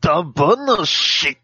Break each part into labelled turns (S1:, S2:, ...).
S1: た話。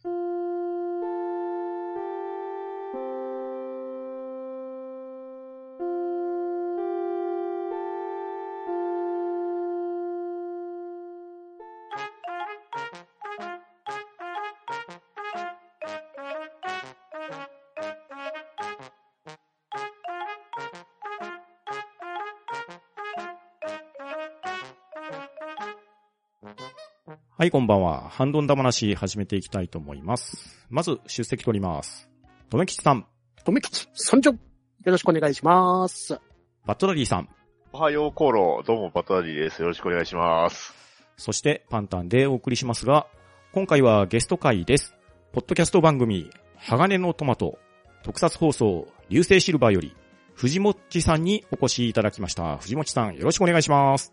S2: はい、こんばんは。ハンドンダ話始めていきたいと思います。まず、出席取ります。とめきちさん、
S3: とめきち参上よろしくお願いします。
S2: バットラリーさん、
S1: おはようコロ、どうもバタリーです。よろしくお願いします。
S2: そしてパンタンでお送りしますが、今回はゲスト会です。ポッドキャスト番組、鋼のトマト、特撮放送、流星シルバーより、藤もっちさんにお越しいただきました。藤もっちさん、よろしくお願いします。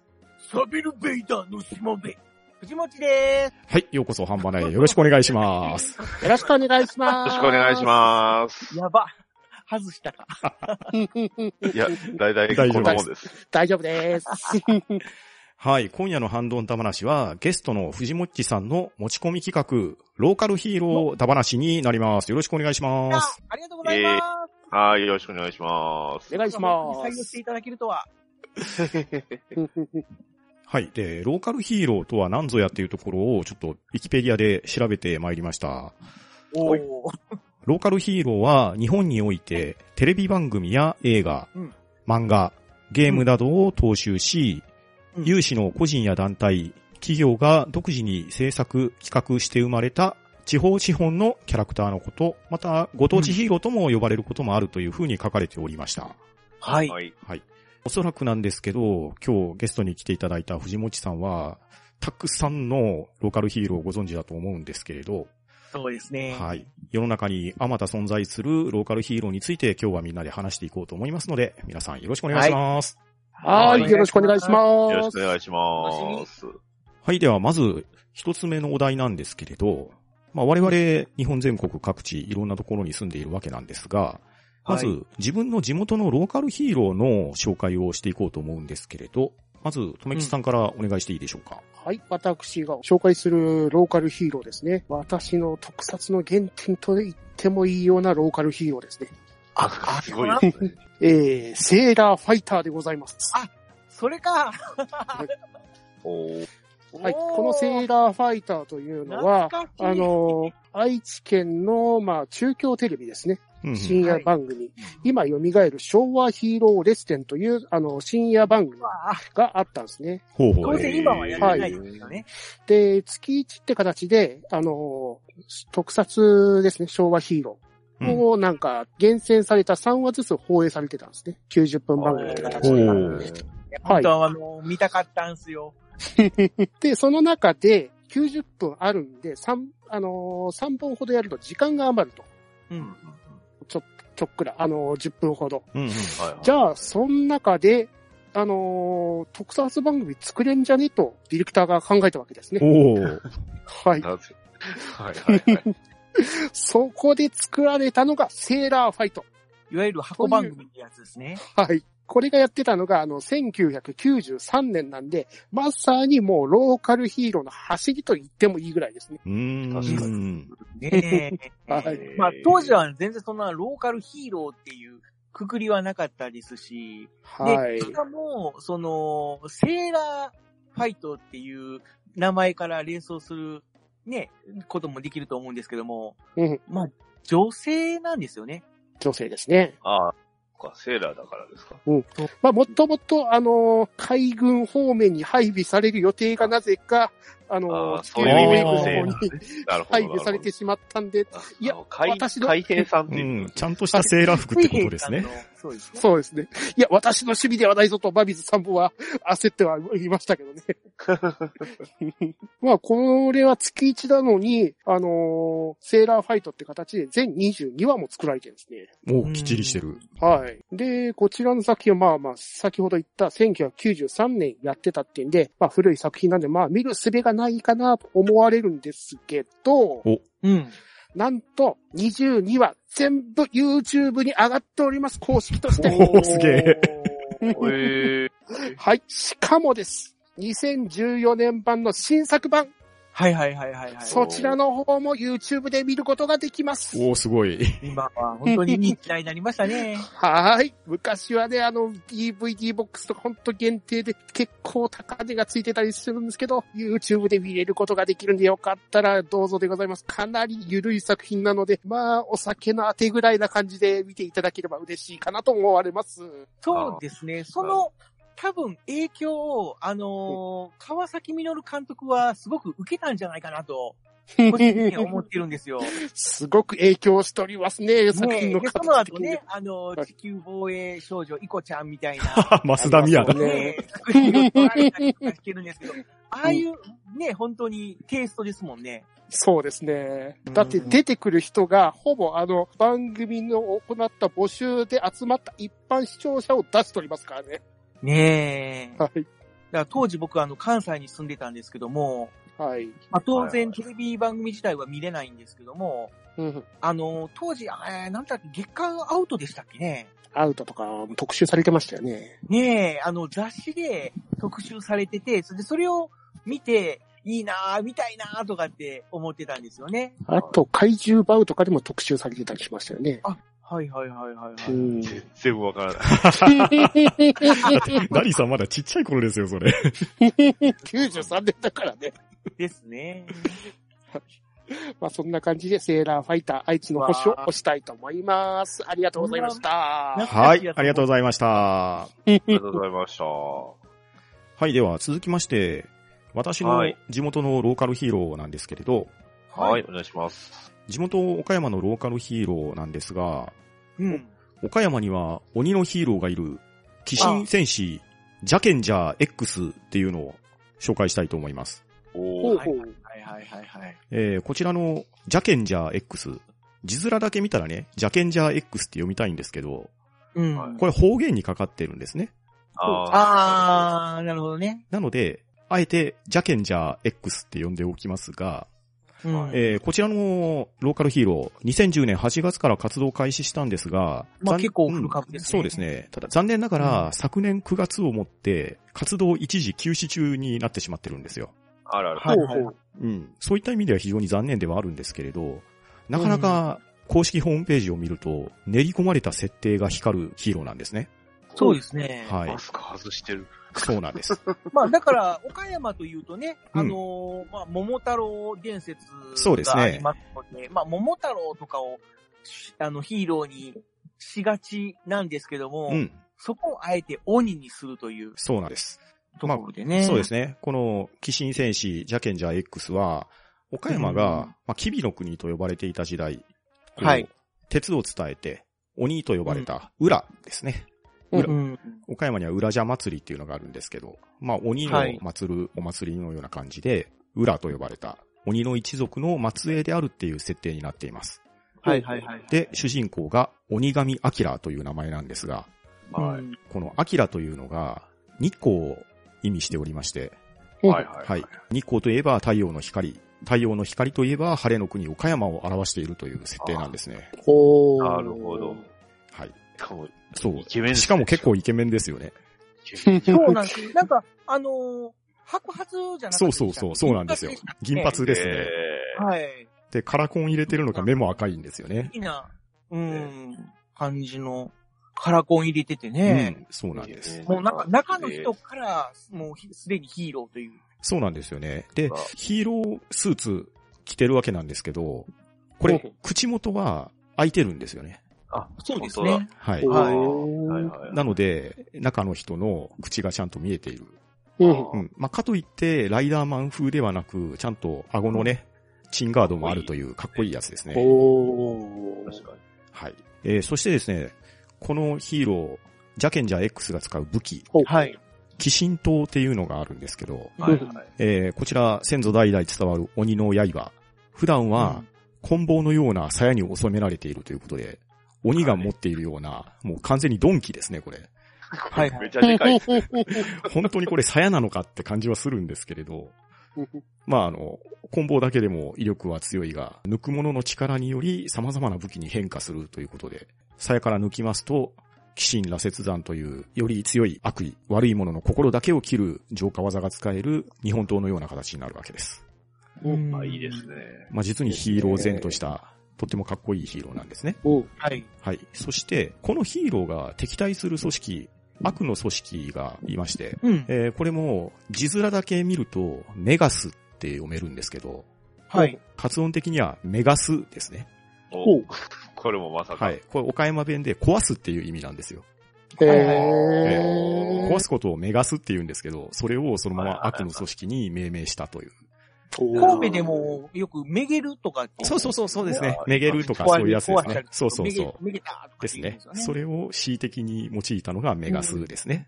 S4: サビルベイダーのしもべ。藤持ちでーす。
S2: はい、ようこそ半端ない。よろしくお願いします。
S3: よろしくお願いしま
S1: よ
S3: す。
S1: ろしくお願いします。
S4: やば。外したか。
S3: す。
S1: いや、大体こんなもんです。
S3: 大丈夫です。
S2: はい、今夜のハンドンダ話は、ゲストの藤もっちさんの持ち込み企画、ローカルヒーローダ話になります。よろしくお願いします。
S4: ありがとうございます。
S1: はい、よろしくお願いします
S3: お。願いし
S4: 本当に採用していただけるとは。
S3: ま
S2: はい。で、ローカルヒーローとは何ぞやっていうところを、ちょっと、ウィキペディアで調べてまいりました。
S4: おお。
S2: ローカルヒーローは、日本において、テレビ番組や映画、
S4: うん
S2: 漫画、ゲームなどを踏襲し、
S4: うん
S2: 有志の個人や団体、企業が独自に制作、企画して生まれた、地方資本のキャラクターのこと、また、ご当地ヒーローとも呼ばれることもあるというふうに書かれておりました。
S4: はい。
S1: はい。
S2: おそらくなんですけど、今日ゲストに来ていただいた藤持さんは、たくさんのローカルヒーローをご存知だと思うんですけれど、
S4: そうですね。
S2: はい。世の中にあまた存在するローカルヒーローについて今日はみんなで話していこうと思いますので、皆さんよろしくお願いします。
S3: はーい、よろしくお願いし
S1: よろ
S3: ま
S1: しくお
S3: す。
S1: 願いします。
S2: はい、ではまず、一つ目のお題なんですけれど、まあ我々日本全国各地いろんなところに住んでいるわけなんですが、まず、
S4: は
S2: 自分の地元のローカルヒーローの紹介をしていこうと思うんですけれど、まず、とめきちさんからお願いしていいでしょうか。
S3: はい、私が紹介するローカルヒーローですね。私の特撮の原点と言ってもいいようなローカルヒーローですね。
S1: あ、すごいですね。
S3: えー、セーラーファイターでございます。
S4: それか。
S1: おー
S3: はい、このセー
S4: ー
S3: ラーファイターというのは、あ、のー、愛知県の、まあ、中京テレビです
S2: うん
S3: ね。
S2: うん
S3: 深夜番組、今蘇る昭和ヒーローレステンという、あの、深夜番組
S4: わあ
S3: があったんですね。
S2: ほうほ
S4: 当
S2: う。
S4: 然今はやってないですよね。
S3: で、月1って形で、あの、特撮ですね、昭和ヒーローをなんか厳選された3話ずつ放映されてたんですね。90分番組って形
S2: お
S3: で。
S2: ー
S4: 本当はあの、見たかったんすよ。
S3: で、その中で90分あるんで、3、あのー、3本ほどやると時間が余ると。
S4: うん。
S3: ちょっくら、あのー、10分ほど。
S2: うんうん。
S1: はいはい
S3: じゃあ、その中で、あのー特撮番組作れんじゃねと、ディレクターが考えたわけですね。
S2: おー
S3: はい。
S1: なぜはいはいはい。
S3: そこで作られたのが、セーラーファイト。
S4: いわゆる箱番組ってやつですね。
S3: はい。これがやってたのが、あの、1993年なんで、まさにもうローカルヒーローの走りと言ってもいいぐらいですね。
S2: うーん。
S4: ねえ。
S3: はい
S4: まあ、当時は全然そんなローカルヒーローっていうくくりはなかったですし、
S3: はい
S4: で、。しかも、その、セーラーファイトっていう名前から連想する、ね、こともできると思うんですけども、
S3: うん
S4: まあ、女性なんですよね。
S3: 女性ですね。
S1: ああ、そっかセーラーだからですか。
S3: まあ、もともと、あのー海軍方面に配備される予定がなぜか、あのー
S1: あー
S3: 地
S1: そ
S3: 球
S1: う
S2: いう意味で
S3: 米軍の
S2: セー
S3: 方
S2: ラ
S3: に
S1: ーなるほど。
S3: 配備されてしまったんで、
S1: あ、
S3: い
S1: い
S3: や
S1: や、海
S3: 私の
S1: 海兵さんっ
S2: う。
S1: ていうん
S2: ちゃんとしたセーラー服ってことですね。
S4: あの。そうですね。
S3: そうですね。いや、私の趣味ではないぞと、バビズさんもは焦ってはいましたけどね。まあ、これは月1なのに、あのーセーラーファイトって形で全22話も作られてるんですね。
S2: おーきっちりしてる。
S3: はい。で、こちらの作品はまあまあ、先ほど言った1993年やってたっていうんで、まあ古い作品なんで、まあ見る術がないかなと思われるんですけど、
S4: うん。
S3: なんと22話全部 YouTube に上がっております、公式として。
S2: おーすげえ
S4: え。
S1: ええ
S3: はい。しかもです。2014年版の新作版。
S4: はいはいはいはい、はい。
S3: そちらの方も YouTube で見ることができます。
S2: おー、すごい。
S4: 今は本当に人気になりましたね。
S3: はーい。昔はね、あの、DVD ボックスとか本当限定で結構高値がついてたりするんですけど、YouTube で見れることができるんでよかったらどうぞでございます。かなり緩い作品なので、まあ、お酒のあてぐらいな感じで見ていただければ嬉しいかなと思われます。
S4: そうですね。その、多分影響を、あのー川崎実監督はすごく受けたんじゃないかなと、個人的には思ってるんですよ。
S3: すごく影響しておりますね、作
S4: ね
S3: 品
S4: で
S3: の
S4: そ
S3: 形
S4: の後
S3: 的に。
S4: ね、あのー地球防衛少女イコちゃんみたいな、
S2: 増田宮が。
S4: ね、作品を撮られたりとかしてるんですけど、ああいう、ね、本当にテイストですもんね。
S3: そうですね
S4: うん。
S3: だって出てくる人が、ほぼあの、番組の行った募集で集まった一般視聴者を出しておりますからね。
S4: ねえ。だか
S3: はい。
S4: ら当時僕はあの関西に住んでたんですけども、
S3: はい。
S4: まあ、当
S1: はいは
S4: 然
S1: い
S4: テレビ番組自体は見れないんですけども、
S3: うん。
S4: あのー当時、えーなんだっけ、月刊アウトでしたっけね。
S3: アウトとかも特集されてましたよね。
S4: ねえ、あの、雑誌で特集されてて、それで、それを見て、いいなぁ、見たいなぁ、とかって思ってたんですよね。
S3: あと、怪獣バウとかでも特集されてたりしましたよね。
S4: はいはいはいはいうはい。
S3: ん。
S1: 全然わからない。
S2: ダリさんまだちっちゃい頃ですよ、それ。
S3: 93年だからね。
S4: ですね。
S3: まあそんな感じで、セーラーファイター愛知の星を押したいと思います。ありがとうございました。
S2: はい、ありがとうございました。
S1: ありがとうございました。
S2: はい、では続きまして、私の
S1: はい
S2: 地元のローカルヒーローなんですけれど、
S1: はい、お願いします。
S2: 地元岡山のローカルヒーローなんですが、
S4: うん。
S2: 岡山には鬼のヒーローがいる、鬼神戦士、ジャケンジャー X っていうのを紹介したいと思います。
S1: お
S3: ほう
S1: ー、
S3: ほう。
S4: はいはいはいはい。
S2: えーこちらのジャケンジャー X、字面だけ見たらね、ジャケンジャー X って読みたいんですけど、
S4: うん。
S1: はい
S2: これ方言にかかってるんですね。
S1: あ
S4: あー、なるほどね。
S2: なので、あえて、ジャケンジャー X って呼んでおきますが、
S4: うん。
S2: えーこちらのローカルヒーロー、2010年8月から活動開始したんですが、
S4: まあ
S2: 残
S4: 結構古株ですね
S2: そうですね。ただ残念ながら、昨年9月をもって、活動一時休止中になってしまってるんですよ。
S1: あ、あらあら。
S4: はい
S3: ほうほう。
S2: うん。そういった意味では非常に残念ではあるんですけれど、なかなか公式ホームページを見ると、練り込まれた設定が光るヒーローなんですね。
S4: そうですね。
S2: はい。
S1: マスク外してる。
S2: そうなんです。
S4: まあだから、岡山というとね、
S2: うん
S4: あのーまあ桃太郎伝説
S2: そうですね
S4: がありますので、まあ桃太郎とかを、しあのヒーローにしがちなんですけども、
S2: うん。
S4: そこをあえて鬼にするという
S2: そうなんです。
S4: ところでね。
S2: そうです
S4: ね。
S2: ね。この、鬼神戦士、ジャケンジャー X は、岡山が、
S4: うん
S2: まあ、吉備の国と呼ばれていた時代、こう
S4: はい。
S2: 鉄を伝えて、鬼と呼ばれた、浦ですね。
S4: うん。
S2: 岡山には浦蛇祭りっていうのがあるんですけど、まあ、鬼の
S4: はい
S2: 祭る、お祭りのような感じで、浦と呼ばれた、鬼の一族の末裔であるっていう設定になっています。
S4: はいはいはい。
S2: で、主人公が、鬼神明という名前なんですが、
S4: うん、
S1: はい。
S2: この明というのが、日光を意味しておりまして、
S1: はいはい
S2: はい。日光といえば太陽の光。太陽の光といえば晴れの国岡山を表しているという設定なんですね。
S3: ほう。
S1: なるほど。
S2: はい。
S1: しかも、
S2: そう。
S1: イケメンですね
S2: しかも結構イケメンですよね。
S4: そうなんです。なんか、あのー白髪じゃなくて。
S2: そうそうそう、そうなんですよ。銀髪ですね。
S1: えー
S4: はい。
S2: で、カラコン入れてるのか目も赤いんですよね。
S4: いいな、うん、感じのカラコン入れててね。
S2: うん、そうなんです。
S4: もうなんか中の人から、もうひすでにヒーローという。
S2: そうなんですよね。で
S1: あ、
S2: ヒーロースーツ着てるわけなんですけど、これ、口元は開いてるんですよね。
S1: あ、
S4: そうです
S1: 本当
S4: ね。
S2: はい。
S1: だ
S4: はい
S1: はい
S3: い。
S1: はいはい。
S2: なので、中の人の口がちゃんと見えている。
S3: うん。
S2: うん。まあ、かといって、ライダーマン風ではなく、ちゃんと顎のね、チンガードもあるというかっこいいやつですね。
S3: おー
S1: 確かに。
S2: はい。えー、そしてですね、このヒーロー、ジャケンジャー X が使う武器、
S4: はい。
S2: 鬼神刀っていうのがあるんですけど、
S1: はいはい。
S2: えー、こちら、先祖代々伝わる鬼の刃。普段は、棍棒のような鞘に収められているということで、鬼が持っているような、もう完全に鈍器ですね、これ。
S4: はいはい
S1: めちゃでかいですね。
S2: 本当にこれ鞘なのかって感じはするんですけれど、まああの、棍棒だけでも威力は強いが、抜くものの力により様々な武器に変化するということで、鞘から抜きますと、鬼神羅刹山という、より強い悪意、悪いものの心だけを切る浄化技が使える日本刀のような形になるわけです。
S1: まあいいですね。
S2: まあ実にヒーロー前とした、とってもかっこいいヒーローなんですね。
S3: おう
S4: はい。
S2: はい。そして、このヒーローが敵対する組織、悪の組織がいまして、
S4: うん。
S2: えーこれも、字面だけ見ると、ネガスって読めるんですけど、
S4: はい。
S2: 発音的にはメガスですね。
S1: お
S3: おう
S1: これもまさか。
S2: はい。これ岡山弁で壊すっていう意味なんですよ。
S3: へ
S1: え
S3: え
S2: 壊すことをメガスって言うんですけど、それをそのまま悪の組織に命名したという。
S4: 神戸でもよくめげるとかってい
S2: そうそうそう、そうです
S1: い
S2: ね
S1: や。
S2: めげるとか
S4: 壊
S2: そ
S4: れ
S2: ういうやつですね。そう
S4: 壊した
S2: そう
S4: りと
S2: そ
S4: か
S2: う。
S4: めげめげたとか
S2: で
S4: って
S2: す
S4: 言うん
S2: ね。
S4: よ
S2: それを恣意的に用いたのがメガスですね。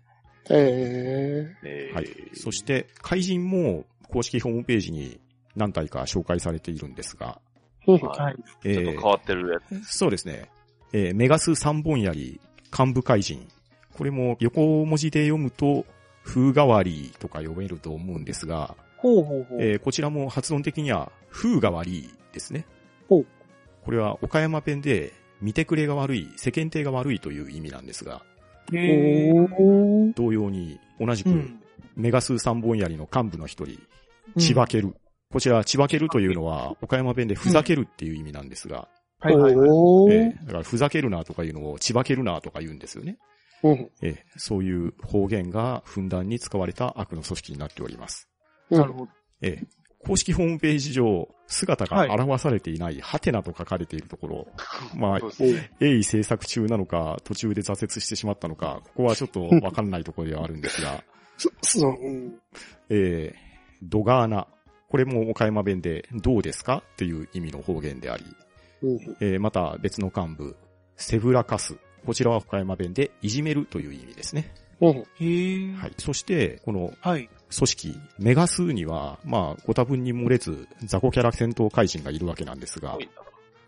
S3: え
S1: えー
S2: はい。そして、怪人も公式ホームページに何体か紹介されているんですが、
S3: え
S1: は
S4: はい。
S2: え
S1: い。ちょっと変わってるやつ。
S2: ーそうですね。えーメガス三本槍、幹部怪人。これも横文字で読むと、風変わりとか読めると思うんですが、
S4: ほうほうほう。
S2: えーこちらも発音的には、風が悪いですね。
S3: ほう
S2: これは岡山弁で、見てくれが悪い、世間体が悪いという意味なんですが、
S4: へー
S3: お
S2: 同様に同じく、
S4: うん。
S2: メガス三本槍の幹部の一人、千葉ける。こちら、千葉けるというのは、岡山弁でふざけるっていう意味なんですが、
S4: はいはいはい。
S3: お
S2: えーだからふざけるなとかいうのを千葉けるなとか言うんですよね。
S3: うん。
S2: えーそういう方言がふんだんに使われた悪の組織になっております。
S4: なるほど。
S2: ええ、公式ホームページ上、姿が表されていない、ハテナと書かれているところ、まあ
S1: そう、です
S3: おう
S1: ね
S2: 鋭意制作中なのか、途中で挫折してしまったのか、ここはちょっとわかんないところではあるんですが、
S3: そ、その、うん。
S2: ええ、ドガーナ。これも岡山弁で、どうですかっていう意味の方言であり、
S3: うん。
S2: ええ、また別の幹部、セブラカス。こちらは岡山弁で、いじめるという意味ですね。
S3: うん。
S4: へえ。
S2: はい。そして、この
S4: はい。
S2: 組織、メガスには、まあ、ご多分に漏れず、雑魚キャラ戦闘怪人がいるわけなんですが、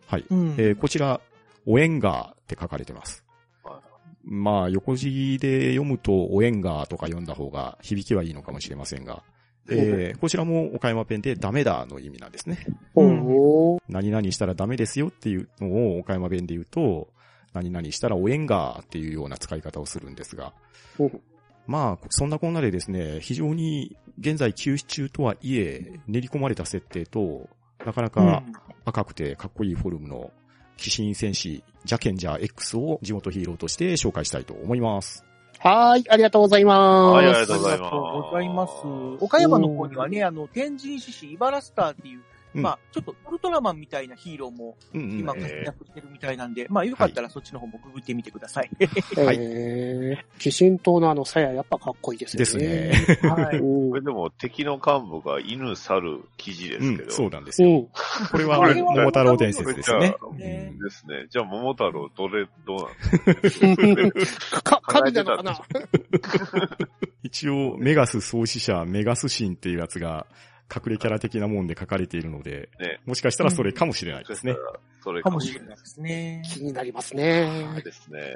S2: はい。
S4: うん
S2: えーこちら、オエンガーって書かれてます
S1: は。
S2: まあ、横字で読むと、オエンガーとか読んだ方が響きはいいのかもしれませんが、えーこちらも岡山弁でダメだの意味なんですね。
S3: おう
S2: 何々したらダメですよっていうのを岡山弁で言うと、何々したらオエンガーっていうような使い方をするんですが、
S3: うん。
S2: まあ、そんなこんなでですね、非常に現在休止中とはいえ、練り込まれた設定と、なかなか
S4: うん
S2: 赤くてかっこいいフォルムの鬼神戦士、ジャケンジャー X を地元ヒーローとして紹介したいと思います。
S3: はーい、ありがとうございま
S1: は
S3: す。
S1: い、ありがとうござい
S4: あ
S1: ます。
S4: りがとうございます。岡山の方にはね、あの、天神獅子イバラスターっていう、
S2: うん
S4: まあ、ちょっとウルトラマンみたいなヒーローも
S2: うんうん
S4: 今
S1: ね
S4: 活躍してるみたいなんで、まあ、よかったらそっちの方もググってみてくださ い。
S2: は
S3: はいい。鬼神島のあの鞘、やっぱかっこいいですよね。
S2: ですね。
S4: はい。
S3: う
S1: こ
S3: ん。う
S1: れでも敵の幹部が犬、猿、記事で
S2: う
S1: すけ
S2: ん
S1: ど。、
S2: そうなん ですよ。
S3: ん。
S2: これは
S1: これ
S2: 桃太郎伝説ですよね。
S1: これ
S2: う
S4: じゃあ
S2: ん
S1: ですね。じゃあ、桃太郎、どれ、どうなん
S3: か、神なのかな
S2: 一応、メガス創始者、メガス神っていうやつが、隠れキャラ的なもんで書かれているので、
S1: ね
S2: もしかしたらそれかもしれないですね。。
S1: それ
S4: かもしれないですね。
S3: 気になりますね。
S1: ですね。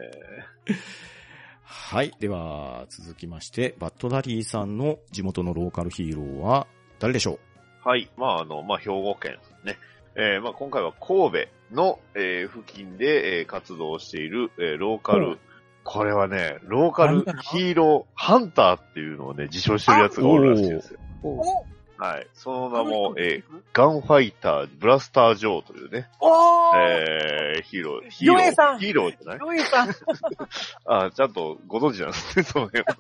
S2: はい。では、続きまして、バッドダディさんの地元のローカルヒーローは誰でしょ
S1: はい。まあ、あの、まあ、兵庫県ね。えーまあ、今回は神戸の、えー付近で、えー活動している、えーローカル、
S3: う
S1: これはね、ローカルヒーローハンターっていうのをね、自称してるやつがおるらしいんですよ。
S3: おう
S4: お
S1: はい。その名も、えーガンファイター、ブラスター・ジョーというね、
S4: おー
S1: えーヒーロー、ヒー
S4: ヨ
S1: ロ
S4: エさ
S1: ー、
S4: ん
S1: ヒーローじゃない
S4: ヨエさん、
S1: あ、ちゃんとご存知なんですね、そ の辺は。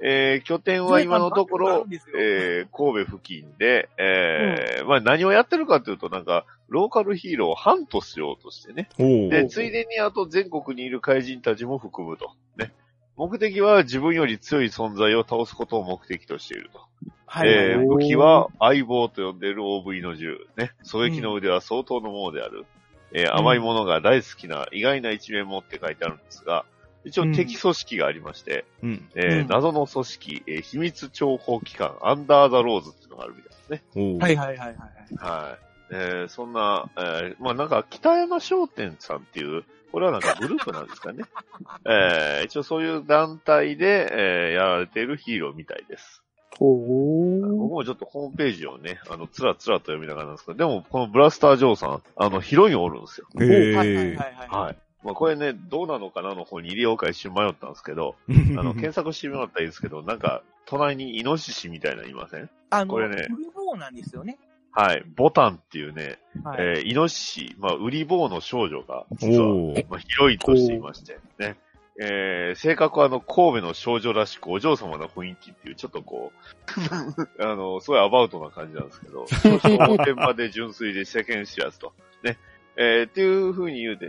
S1: えー拠点は今のところ、えー神戸付近で、えーまあ何をやってるかというと、なんか、ローカルヒーローをハントしようとしてね。
S2: うお
S1: で、ついでにあと全国にいる怪人たちも含むと。ね。目的は自分より強い存在を倒すことを目的としていると。
S4: はい。
S1: えー
S3: おー
S1: 武器は相棒と呼んでいる OV の銃。ね。狙撃の腕は相当のものである。えー甘いものが大好きな意外な一面もって書いてあるんですが、一応敵組織がありまして、
S2: うん。
S1: えー
S4: うん
S1: 謎の組織、えー秘密諜報機関、アンダーザローズっていうのがあるみたいですね。
S2: おう
S4: はいはいはいはい。
S1: はい。えーそんな、えーまあなんか北山商店さんっていう、これはなんかグループなんですかね。 えー一応そういう団体で、えーやられているヒーローみたいです。僕
S3: おう
S1: もちょっとホームページをね、あの、つらつらと読みながらなんですけど、でもこのブラスター・ジョーさん、あの、ヒロインおるんですよ。
S2: へ
S4: はいはいはい
S2: ー。
S4: は
S1: はい。まあこれね、どうなのかなの方に入れようか一瞬迷ったんですけど、
S2: あ
S1: あの、検索してもらったらいいですけど、なんか、隣にイノシシみたいなのいません
S4: い。あの、
S1: これね
S4: フルボーなんですよね。
S1: はい。ボタンっていうね、
S4: はい
S1: えーイノシシ、まあ、ウリ坊の少女が、実は、
S2: おー。
S1: まあ、ヒロインとしていまして、ね。えー、性格はあの、神戸の少女らしくお嬢様の雰囲気っていう、ちょっとこう、 あの、すごいアバウトな感じなんですけど、商店場で純粋で世間知らずと。ね。えーっていう風に言うて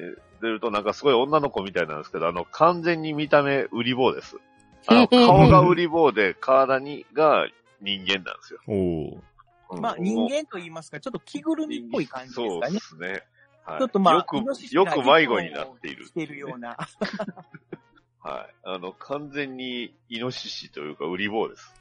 S1: ると、なんかすごい女の子みたいなんですけど、あの、完全に見た目売り棒です。あの、顔 が売り棒で、体に、が人間なんですよ。
S2: おー。
S4: まあ、人間と言いますか、ちょっと着ぐるみっぽい感じですかね。
S1: そうですね。はい、
S4: ちょっとまあ、
S1: よく
S4: イノシ、シ
S1: よ
S4: が
S1: く迷子になっている
S4: し。てるような。
S1: はい。あの、完全にイノシシというか、売り棒です。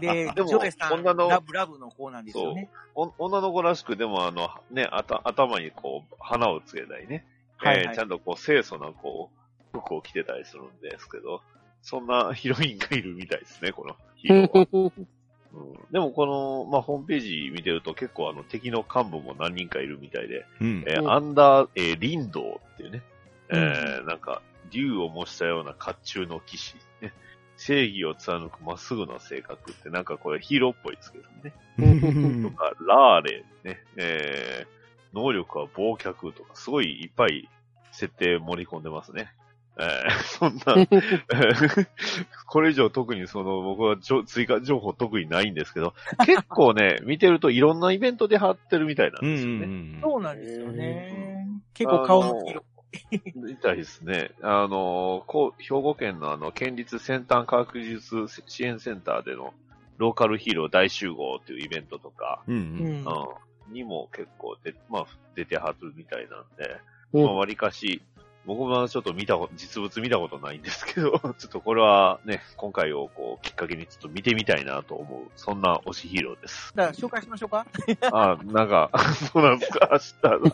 S4: で、
S1: でも
S4: ジョエさん、
S1: 女の
S4: ラブラブの子なんですよね。
S1: お女の子らしく、でもあの、ね、あた頭にこう、花をつけたりね。
S4: はいはい
S1: えーちゃんとこう、清楚なこう、服を着てたりするんですけど、そんなヒロインがいるみたいですね、このヒーローは。うんでもこの、まあ、ホームページ見てると結構あの、敵の幹部も何人かいるみたいで、
S2: うん。
S1: えー
S3: うん
S1: アンダー、えーリンドウっていうね、えーなんか、竜を模したような甲冑の騎士、ね、正義を貫くまっすぐな性格って、なんかこれヒーローっぽいですけどね。とか、ラーレンね、えー能力は忘却とか、すごいいっぱい設定盛り込んでますね。えー そんな、これ以上特にその、僕はちょ追加情報特にないんですけど、結構ね、 見てるといろんなイベントで貼ってるみたいなん
S2: うんう
S1: ですよね。
S2: んうん。
S4: そうなんですよね。結構顔の色。
S1: みたいですね。あの、こう、兵庫県のあの、県立先端科学技術支援センターでのローカルヒーロー大集合っていうイベントとか、
S2: う
S4: うん
S2: うん。
S4: ん。
S1: うん、にも結構で、まあ、出てはるみたいなんで、
S3: うん
S1: まあ、割かし、僕もちょっと見たこと、実物見たことないんですけど、ち ょっとこれはね、今回をこう、きっかけにちょっと見てみたいなと思う、そんな推しヒーロー です。
S4: だから紹介しましょう か。
S1: あ、なんか、 そうなんですか、明日。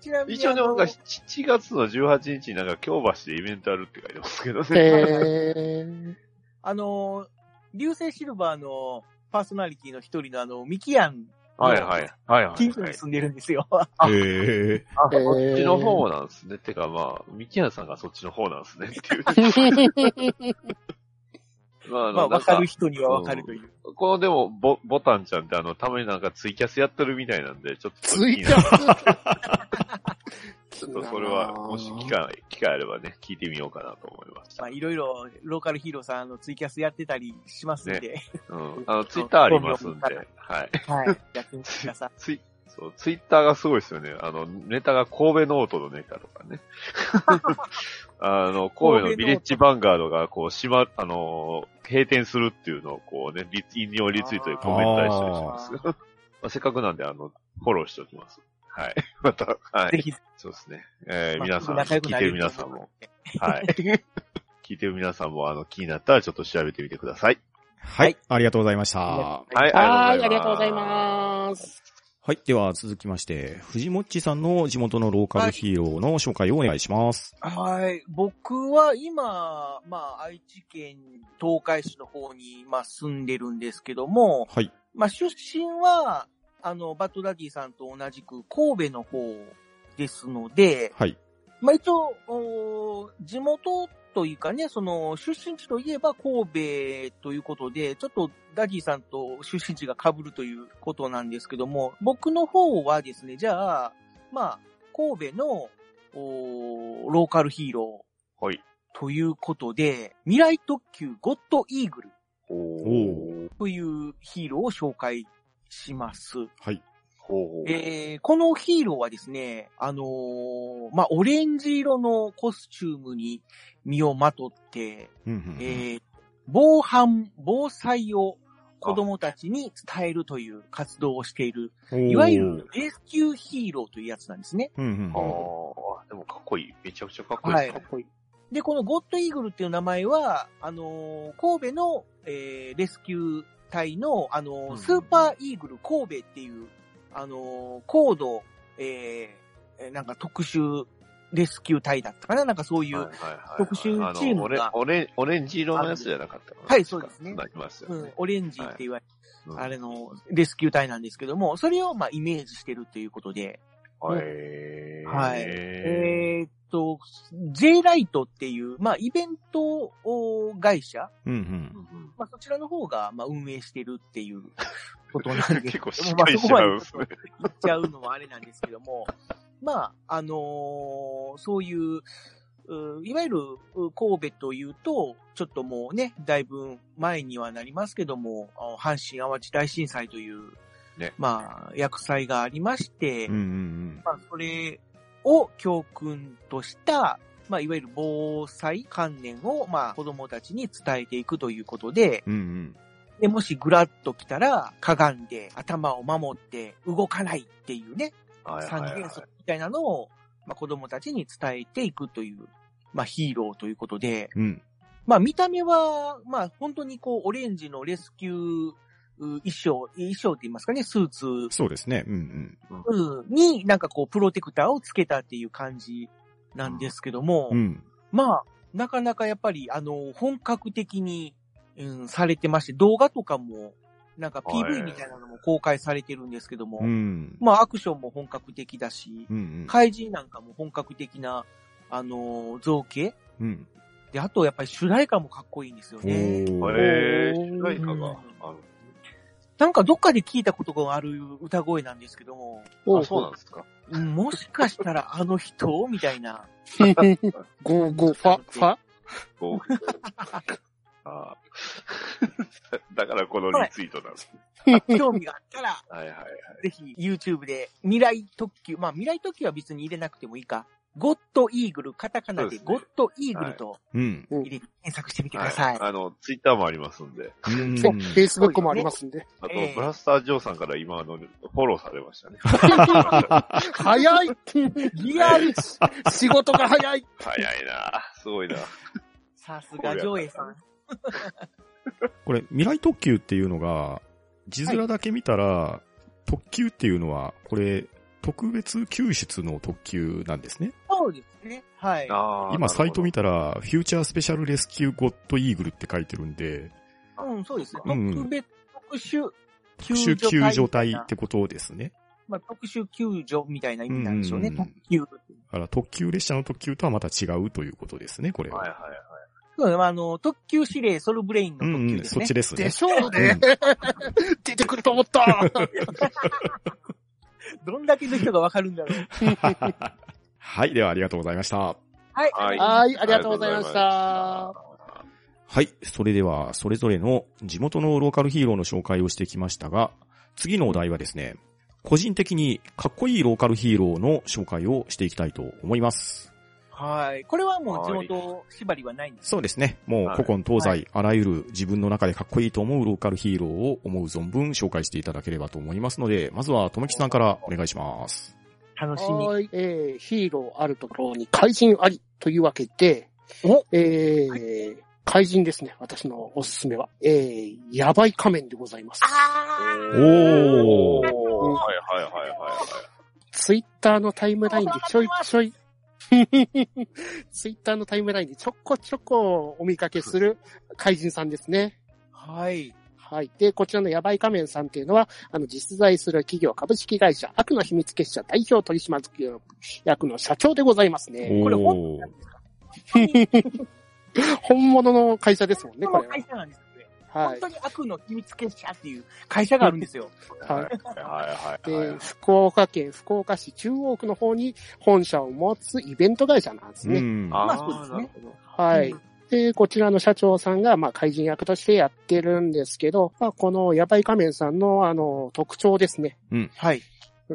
S4: ちなみに。
S1: 一応ね、
S4: あ
S1: な
S4: の
S1: んか7月の18日になんか京橋でイベントあるって書いてますけどね。
S3: えー、
S4: あの、流星シルバーのパーソナリティの一人のあの、ミキアン、
S1: はいはい。はいはい、
S4: 近所に住んでるんですよ。
S1: あ
S2: へえ。
S1: あ、
S3: えー
S1: そっちの方なんですね。てかまあ、ミキヤンさんがそっちの方なんですねっていう。まあ、あ
S4: まあ、
S1: の、な
S4: わ
S1: ん
S4: か
S1: か
S4: る、人にはわかるという。
S1: このでも、ボ、ボタンちゃんってあの、たまになんかツイキャスやってるみたいなんで、ちょっと、
S3: ツイキャス
S1: ちょっとそれは、もし機会、機会あればね、聞いてみようかなと思いました。
S4: まあ、いろいろ、ローカルヒーローさんのツイキャスやってたりしますんで。
S1: うん。あの、ツイッターありますんで、はい。
S4: はい。やってみてくださ い。
S1: ツイ、そう、ツイッターがすごいですよね。あの、ネタが神戸ノートのネタとか ね。あの、神戸のビレッジヴァンガードが、こう、しま、あのー、閉店するっていうのを、こうね、リ引用リツイートでコメントしたりしますが。まあ、せっかくなんで、あの、フォローしておきます。はい。 また、は
S4: ぜ
S1: い。
S4: ひ、
S1: そうですね。えー
S4: まあ
S1: 皆さん、
S4: 仲
S1: 聞
S4: 良
S1: い
S4: く
S1: て
S4: なれ
S1: る
S4: る
S1: 皆さんも、はい。 聞いてる皆さんも、あの、気になったらちょっと調べてみてください。
S2: はい。ありがとうございました。
S4: は
S1: はい、
S3: は
S1: あ
S3: ーい、ありがとうござい
S1: す。
S3: ます。
S2: はい。では続きまして、藤もっちさんの地元のローカルヒーローの紹介をお願いします。
S4: はい。僕は今、まあ、愛知県東海市の方に、まあ、住んでるんですけども、
S2: はい。
S4: まあ、出身は、あの、バトダディさんと同じく神戸の方ですので、
S2: はい。
S4: まあ、一応、おー地元というかね、その、出身地といえば神戸ということで、ちょっとダディさんと出身地が被るということなんですけども、僕の方はですね、じゃあ、まあ、神戸の、おーローカルヒーロ
S1: はい。
S4: ーということで、未来特急ゴッドイーグル
S1: お
S2: お
S1: ー。
S4: というヒーローを紹介します。
S2: はい。
S1: ほう
S4: えーこのヒーローはですね、あのーまあ、オレンジ色のコスチュームに身をまとって、
S2: うんうん
S4: えー防犯、防災を子供たちに伝えるという活動をしている、
S2: うん
S4: いわゆるレスキューヒーローというやつなんですね。
S2: うんうん
S1: あ
S2: うん。
S1: あ、でもかっこいい。めちゃくちゃかっこいい
S4: は
S1: です
S4: い
S1: ね。。
S4: で、このゴッドイーグルっていう名前は、あのー神戸の、えーレスキュー隊の、あのー
S1: うん
S4: スーパーイーグル神戸っていう、あのー高度、えーえーなんか特殊レスキュー隊だったかななんかそういう、
S1: はいはいはいはい
S4: 特集チームが
S1: あのオレオレオレンジ色のやつじゃなかったかな
S4: はいそうですね
S1: なりました
S4: う
S1: よ
S4: ん
S1: ね。
S4: オレンジって言われ
S1: う
S4: る、
S1: ん
S4: あれのレスキュー隊なんですけども、それをまあイメージしてるということで、
S1: はい。
S4: はいえ
S1: え
S4: ーっと、J ライトっていう、まあイベントを会社
S2: うんうん。
S4: まあ、そちらの方が、まあ、運営してるっていうことなんですけ
S1: 結
S4: ど
S1: 構しっ
S4: ま
S1: か
S4: あ
S1: り
S4: そ
S1: し
S4: こ
S1: ち
S4: ま
S1: ゃ
S4: で
S1: うんですね。
S4: 言っちゃうのはあれなんですけど も、まあ、あのーそういう、ういわゆるう神戸というと、ちょっともうね、だいぶ前にはなりますけども、あの阪神淡路大震災という、
S1: ね
S4: まあ、薬剤がありまして、
S2: うんうん
S4: まあ、それを教訓とした、まあ、いわゆる防災観念を、まあ、子供たちに伝えていくということで、
S2: うん。うんうん。
S4: で、もしグラッと来たら、かがんで、頭を守って、動かないっていうね、
S1: はいはい
S4: 三
S1: はい
S4: 原則みたいなのを、まあ、子供たちに伝えていくという、まあ、ヒーローということで、
S2: うん。
S4: まあ、見た目は、まあ、本当にこう、オレンジのレスキューう衣装、衣装って言いますかね、スーツ
S2: そうですね。うん
S4: に、なんかこう、プロテクターをつけたっていう感じなんですけども、
S2: うん。うん。
S4: まあ、なかなかやっぱり、あの、本格的に、うん、されてまして、動画とかも、なんか
S1: はい
S4: PV みたいなのも公開されてるんですけども、
S2: うん。
S4: まあ、アクションも本格的だし、
S2: うん
S4: 怪人なんかも本格的な、あのー造形
S2: うん。
S4: で、あとやっぱり主題歌もかっこいいんですよ
S2: お
S4: ね。
S1: あ
S2: ー。
S1: れ、主題歌がある。
S4: なんかどっかで聞いたことがある歌声なんですけども、
S1: あ、そうなんですか。
S4: うんもしかしたらあの人みたいな。
S3: ゴーゴーファ、ファ
S1: こうあーだからこのリツイートなんです。
S4: 興味があったら、
S1: はいはいはい。
S4: ぜひ YouTube で未来特急、まあ未来特急は別に入れなくてもいいか。ゴッドイーグル、カタカナ
S1: そうで
S4: です
S1: ね
S4: ゴッドイーグルと
S2: うん。
S4: 入れて検索してみてくださ。
S1: はいい、あの、ツイッターもありますんで。
S2: うん
S3: そう、フェイスブックもありますんで。
S1: あと、
S4: ええ
S1: ブラスタージョーさんから今、あの、フォローされましたね。
S3: 早いリアル仕事が早い
S1: 早いなすごいな
S4: さすが上映さん。
S2: これ、未来特急っていうのが、字面だけ見たら、特急っていうのは、これ、特別救出の特急なんですね。
S4: そうですね。はい。
S1: あー
S2: 今、サイト見
S1: な
S2: たら、フューチャースペシャルレスキューゴッドイーグルって書いてるんで、
S4: うん、そうですね。
S2: うん
S4: 特別、特殊、
S2: 特殊救
S4: み
S2: 助隊
S4: たい
S2: っ
S4: な
S2: てことですね。
S4: まあ、特殊救助みたいな意味なんでしょうね。
S2: うんうんうん
S4: 特急。
S2: だから、特急列車の特急とはまた違うということですね、これ
S1: るほど
S2: は。
S1: はいはいはい。
S4: そうですねまああの、特急指令ソルブレインの
S2: うん
S4: 特急
S2: うん、
S4: です
S2: そっ
S4: ね。
S2: ちです
S3: で
S2: ね。
S3: しょう ね。出てくると思った
S4: どんだけの人がわかるんだろう。
S2: はい、ではありがとうございました。
S4: はい。
S1: はい
S3: はい、ありがとうございました。
S2: はい。それでは、それぞれの地元のローカルヒーローの紹介をしてきましたが、次のお題はですね、個人的にかっこいいローカルヒーローの紹介をしていきたいと思います。
S4: はい。これはもう地元縛りはないんです。
S2: そうですね。もう古今東西、
S4: は
S2: あらゆる自分の中でかっこいいと思うローカルヒーローを思う存分紹介していただければと思いますので、まずはともきさんからお願いします。
S4: 楽しみ。
S3: はい、えー、ヒーローあるところに怪人ありというわけで、
S4: お
S3: えー、怪人ですね、私のおすすめは。えー、やばい仮面でございます。
S4: あ
S1: お
S4: ー
S2: ーおー
S1: はいはいはいはいはい。
S3: ツイッターのタイムラインでちょいちょい、 ツイッターのタイムラインでちょこちょこお見かけする怪人さんですね。
S4: はい。
S3: はい。で、こちらのヤバい仮面さんっていうのは、あの、実在する企業株式会社、悪の秘密結社代表取締役の社長でございますね。
S4: これ本
S2: おー
S3: 本物の会社ですもんね、
S4: こ
S3: こ
S4: の
S3: れ
S4: 会社なんですよね。
S3: は。は
S4: 本当に悪の秘密結社っていう会社があるんですよ。
S3: い。はい。
S1: はいはいはい
S3: で
S1: は、
S3: 福岡県福岡市中央区の方に本社を持つイベント会社なんです
S2: う
S3: ね。
S2: ん。
S1: あ
S4: まあそうですね
S1: なるほど
S3: はい
S4: うん。
S3: で、こちらの社長さんが、まあ、怪人役としてやってるんですけど、まあ、このヤバい仮面さんの、あの、特徴ですね。
S4: はい。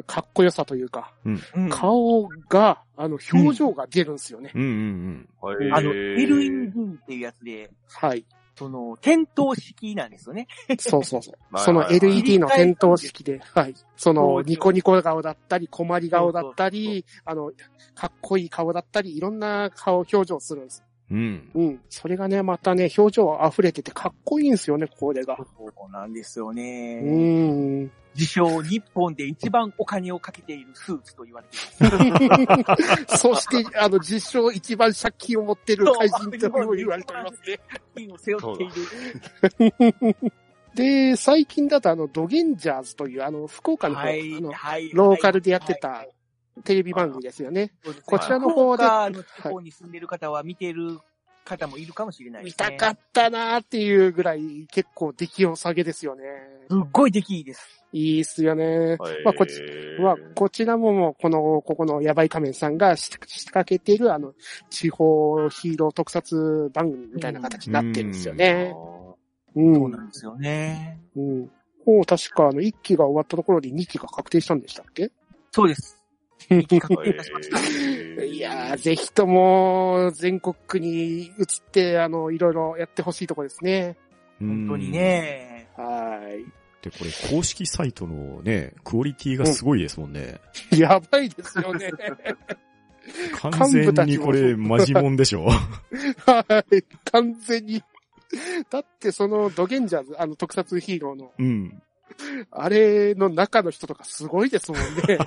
S3: かっこよさというか、
S4: うん
S3: 顔が、あの、表情が出るんですよね。
S2: うんうん
S1: はい。
S4: あの、
S1: へー
S4: LED っていうやつで、
S3: はい。
S4: その、点灯式なんですよね。
S3: そうそうそう。
S1: はい
S3: その
S1: はいはい
S3: LED の点灯式で、はい。
S4: そ
S3: その、
S4: うそう
S3: ニコニコ顔だったり、困り顔だったり、あの、かっこいい顔だったり、いろんな顔、表情するんです。
S2: うん。うん。
S3: うん。それがね、またね、表情溢れててかっこいいんですよね、これが。
S4: そうなんですよ
S3: う
S4: ね。
S3: ーん。
S4: 自称、日本で一番お金をかけているスーツと言われています。
S3: そして、あの、実証一番借金を持って る怪人とも言われております。
S4: ね。 金を背負っている。
S3: で、最近だとあの、ドゲンジャーズという、あの、福岡の方、
S4: はい
S3: あの、
S4: はい。
S3: ローカルでやって
S4: は
S3: た
S4: い
S3: テレビ番組ですよね。
S4: そうですね
S3: こちらの方で
S4: 福岡の地方に住んでる方は見てる方もいるかもしれないで
S3: 見
S4: すね。
S3: たかったなーっていうぐらい、結構出来を下げですよね。
S4: すっごい出来いいです。
S3: いいっすよね。まあこっちは、こちらももう、この、ここのヤバい仮面さんが仕掛けている、あの、地方ヒーロー特撮番組みたいな形になってるんですよね。うん。
S4: そううなんですよね。
S3: ん。もう確か、あの、1期が終わったところで2期が確定したんでしたっけ
S4: そうです。
S3: いやー、ぜひとも、全国区に移って、あの、いろいろやってほしいとこですね。
S2: 本
S4: 本当に。ね。
S3: は
S2: で、これ公式サイトのね、クオリティがすごいですもんね。
S3: ーい。やばいですよ ね。
S2: 完全にこれ、マジモンでし ょ
S3: はい。完全に。だって、その、ドゲンジャーズ、あの、特撮ヒーローの、
S2: うん。
S3: あれの中の人とかすごいですもん ね。